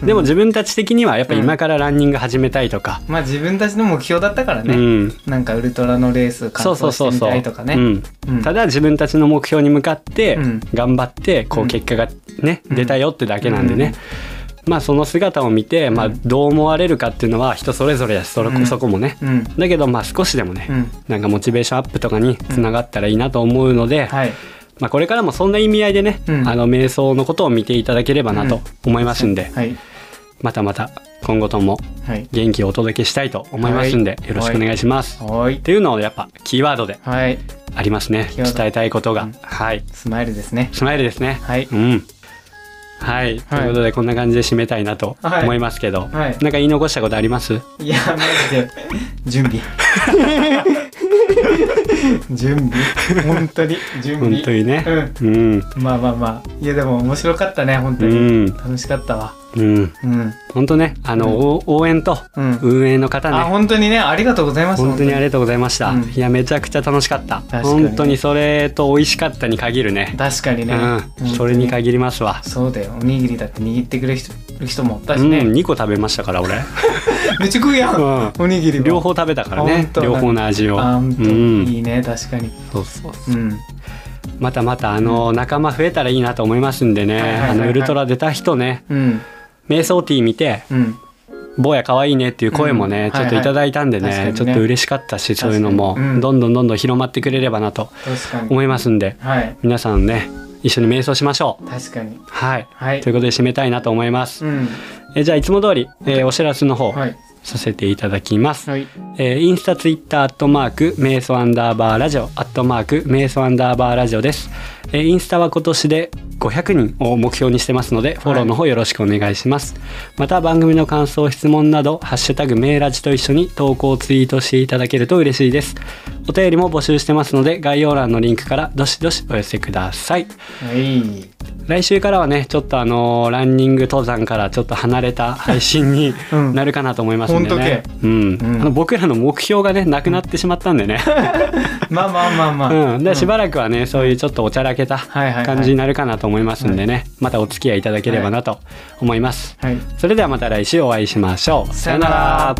[SPEAKER 2] うん、でも自分たち的にはやっぱ今からランニング始めたいとか、
[SPEAKER 1] まあ自分たちの目標だったから
[SPEAKER 2] う
[SPEAKER 1] ね、
[SPEAKER 2] ん
[SPEAKER 1] なんかウルトラのレース完
[SPEAKER 2] そうそ
[SPEAKER 1] 走
[SPEAKER 2] う
[SPEAKER 1] してみ
[SPEAKER 2] そうそう、
[SPEAKER 1] たいとかね
[SPEAKER 2] うん
[SPEAKER 1] うん
[SPEAKER 2] ただ自分たちの目標に向かって
[SPEAKER 1] うん
[SPEAKER 2] 頑張って
[SPEAKER 1] う
[SPEAKER 2] こうん結果がね、
[SPEAKER 1] うん
[SPEAKER 2] 出たよってだけなんでね、まあその姿を見て、まあ、どう思われるかっていうのは人それぞれやしそ,、
[SPEAKER 1] うん
[SPEAKER 2] そこもね、
[SPEAKER 1] うん
[SPEAKER 2] だけどまあ少しでもね、
[SPEAKER 1] うん
[SPEAKER 2] なんかモチベーションアップとかにつながったらいいなと思うので、
[SPEAKER 1] はい
[SPEAKER 2] まあ、これからもそんな意味合いでね、
[SPEAKER 1] うん
[SPEAKER 2] あの瞑想のことを見ていただければなと思いますんで、
[SPEAKER 1] はい
[SPEAKER 2] またまた今後とも
[SPEAKER 1] はい
[SPEAKER 2] 元気をお届けしたいと思いますんで、
[SPEAKER 1] はい
[SPEAKER 2] よろしくお願いします。
[SPEAKER 1] はー
[SPEAKER 2] っ
[SPEAKER 1] い
[SPEAKER 2] ていうのをやっぱキーワードで
[SPEAKER 1] はい
[SPEAKER 2] ありますね
[SPEAKER 1] キーワード
[SPEAKER 2] 伝えたいことが、
[SPEAKER 1] うん
[SPEAKER 2] はい
[SPEAKER 1] スマイルですね
[SPEAKER 2] スマイルですね
[SPEAKER 1] はい
[SPEAKER 2] うんはい、ということでこんな感じで締めたいなと
[SPEAKER 1] はい
[SPEAKER 2] 思いますけど、
[SPEAKER 1] はい
[SPEAKER 2] なんか言い残したことあります [laughs]
[SPEAKER 1] いやマジで準備準備本当に準備
[SPEAKER 2] 本当にね
[SPEAKER 1] う
[SPEAKER 2] うん
[SPEAKER 1] んまあまあまあいやでも面白かったね本当
[SPEAKER 2] う
[SPEAKER 1] に、
[SPEAKER 2] ん
[SPEAKER 1] 楽しかったわ
[SPEAKER 2] うん
[SPEAKER 1] うん
[SPEAKER 2] 本当ねあの、お応援と
[SPEAKER 1] うん、
[SPEAKER 2] 運営の方
[SPEAKER 1] あ
[SPEAKER 2] ね
[SPEAKER 1] 本当にねありがとうございます
[SPEAKER 2] 本当にありがとうございました、
[SPEAKER 1] うん
[SPEAKER 2] いやめちゃくちゃ楽しかった
[SPEAKER 1] 確かに
[SPEAKER 2] 本当にそれと美味しかったに限るね
[SPEAKER 1] 確かにね、
[SPEAKER 2] うん、それに
[SPEAKER 1] か
[SPEAKER 2] 限りますわ
[SPEAKER 1] そうだよおにぎりだって握ってくれる人る人もおった
[SPEAKER 2] う
[SPEAKER 1] し
[SPEAKER 2] ん、
[SPEAKER 1] ね、
[SPEAKER 2] 2個食べましたから
[SPEAKER 1] [laughs]
[SPEAKER 2] 俺、
[SPEAKER 1] めっちゃ食うやん、
[SPEAKER 2] う
[SPEAKER 1] おにぎり
[SPEAKER 2] ん、
[SPEAKER 1] も
[SPEAKER 2] 両方食べたから
[SPEAKER 1] あ本
[SPEAKER 2] ね
[SPEAKER 1] 当だ
[SPEAKER 2] 両方の味を
[SPEAKER 1] あ
[SPEAKER 2] う
[SPEAKER 1] 本当、
[SPEAKER 2] ん
[SPEAKER 1] いいね確かに
[SPEAKER 2] そうそう
[SPEAKER 1] うん
[SPEAKER 2] またまたあの仲間増えたらいいなと思いますんでね、
[SPEAKER 1] はいはいはいはい
[SPEAKER 2] あのウルトラ出た人ね
[SPEAKER 1] うん
[SPEAKER 2] 瞑想ティー見て
[SPEAKER 1] うん
[SPEAKER 2] 坊や可愛いねっていう声もね、
[SPEAKER 1] うん
[SPEAKER 2] ちょっ
[SPEAKER 1] はい
[SPEAKER 2] と
[SPEAKER 1] はい
[SPEAKER 2] いただいたんでね,、
[SPEAKER 1] 確かにね
[SPEAKER 2] ちょっと嬉しかったしそういうの
[SPEAKER 1] 確
[SPEAKER 2] も、
[SPEAKER 1] かにうん
[SPEAKER 2] どんどんどんどん広まってくれればなと
[SPEAKER 1] 確かに
[SPEAKER 2] 思いますんで
[SPEAKER 1] はい
[SPEAKER 2] 皆さんね一緒に瞑想しましょう
[SPEAKER 1] 確かに
[SPEAKER 2] はい、
[SPEAKER 1] はい
[SPEAKER 2] ということで締めたいなと思います、
[SPEAKER 1] うん
[SPEAKER 2] えじゃあいつも通り、えーお知らせの方
[SPEAKER 1] はい
[SPEAKER 2] させていただきます、
[SPEAKER 1] はい
[SPEAKER 2] えーインスタツイッターアットマーク瞑想アンダーバーラジオアットマーク瞑想アンダーバーラジオです、えーインスタは今年で500人を目標にしてますのでフォローの方よろしくお願いします、また番組の感想質問など「ハッシュタグメーラジ」と一緒に投稿ツイートしていただけると嬉しいですお便りも募集してますので概要欄のリンクからどしどしお寄せください
[SPEAKER 1] はい
[SPEAKER 2] 来週からはねちょっとあのーランニング登山からちょっと離れた配信に
[SPEAKER 1] [laughs] うん
[SPEAKER 2] なるかなと思いますんでね、うん
[SPEAKER 1] うん
[SPEAKER 2] あの僕らの目標がねなくなってしまったん
[SPEAKER 1] [laughs]
[SPEAKER 2] でね、
[SPEAKER 1] まあまあまあま
[SPEAKER 2] う
[SPEAKER 1] あ、
[SPEAKER 2] ん、でしばらくはねそういうちょっとおちゃらけた
[SPEAKER 1] はいはいはい
[SPEAKER 2] 感じになるかなと思いますんでね、またお付き合いいただければなと思います、
[SPEAKER 1] はい
[SPEAKER 2] それではまた来週お会いしましょう
[SPEAKER 1] さよなら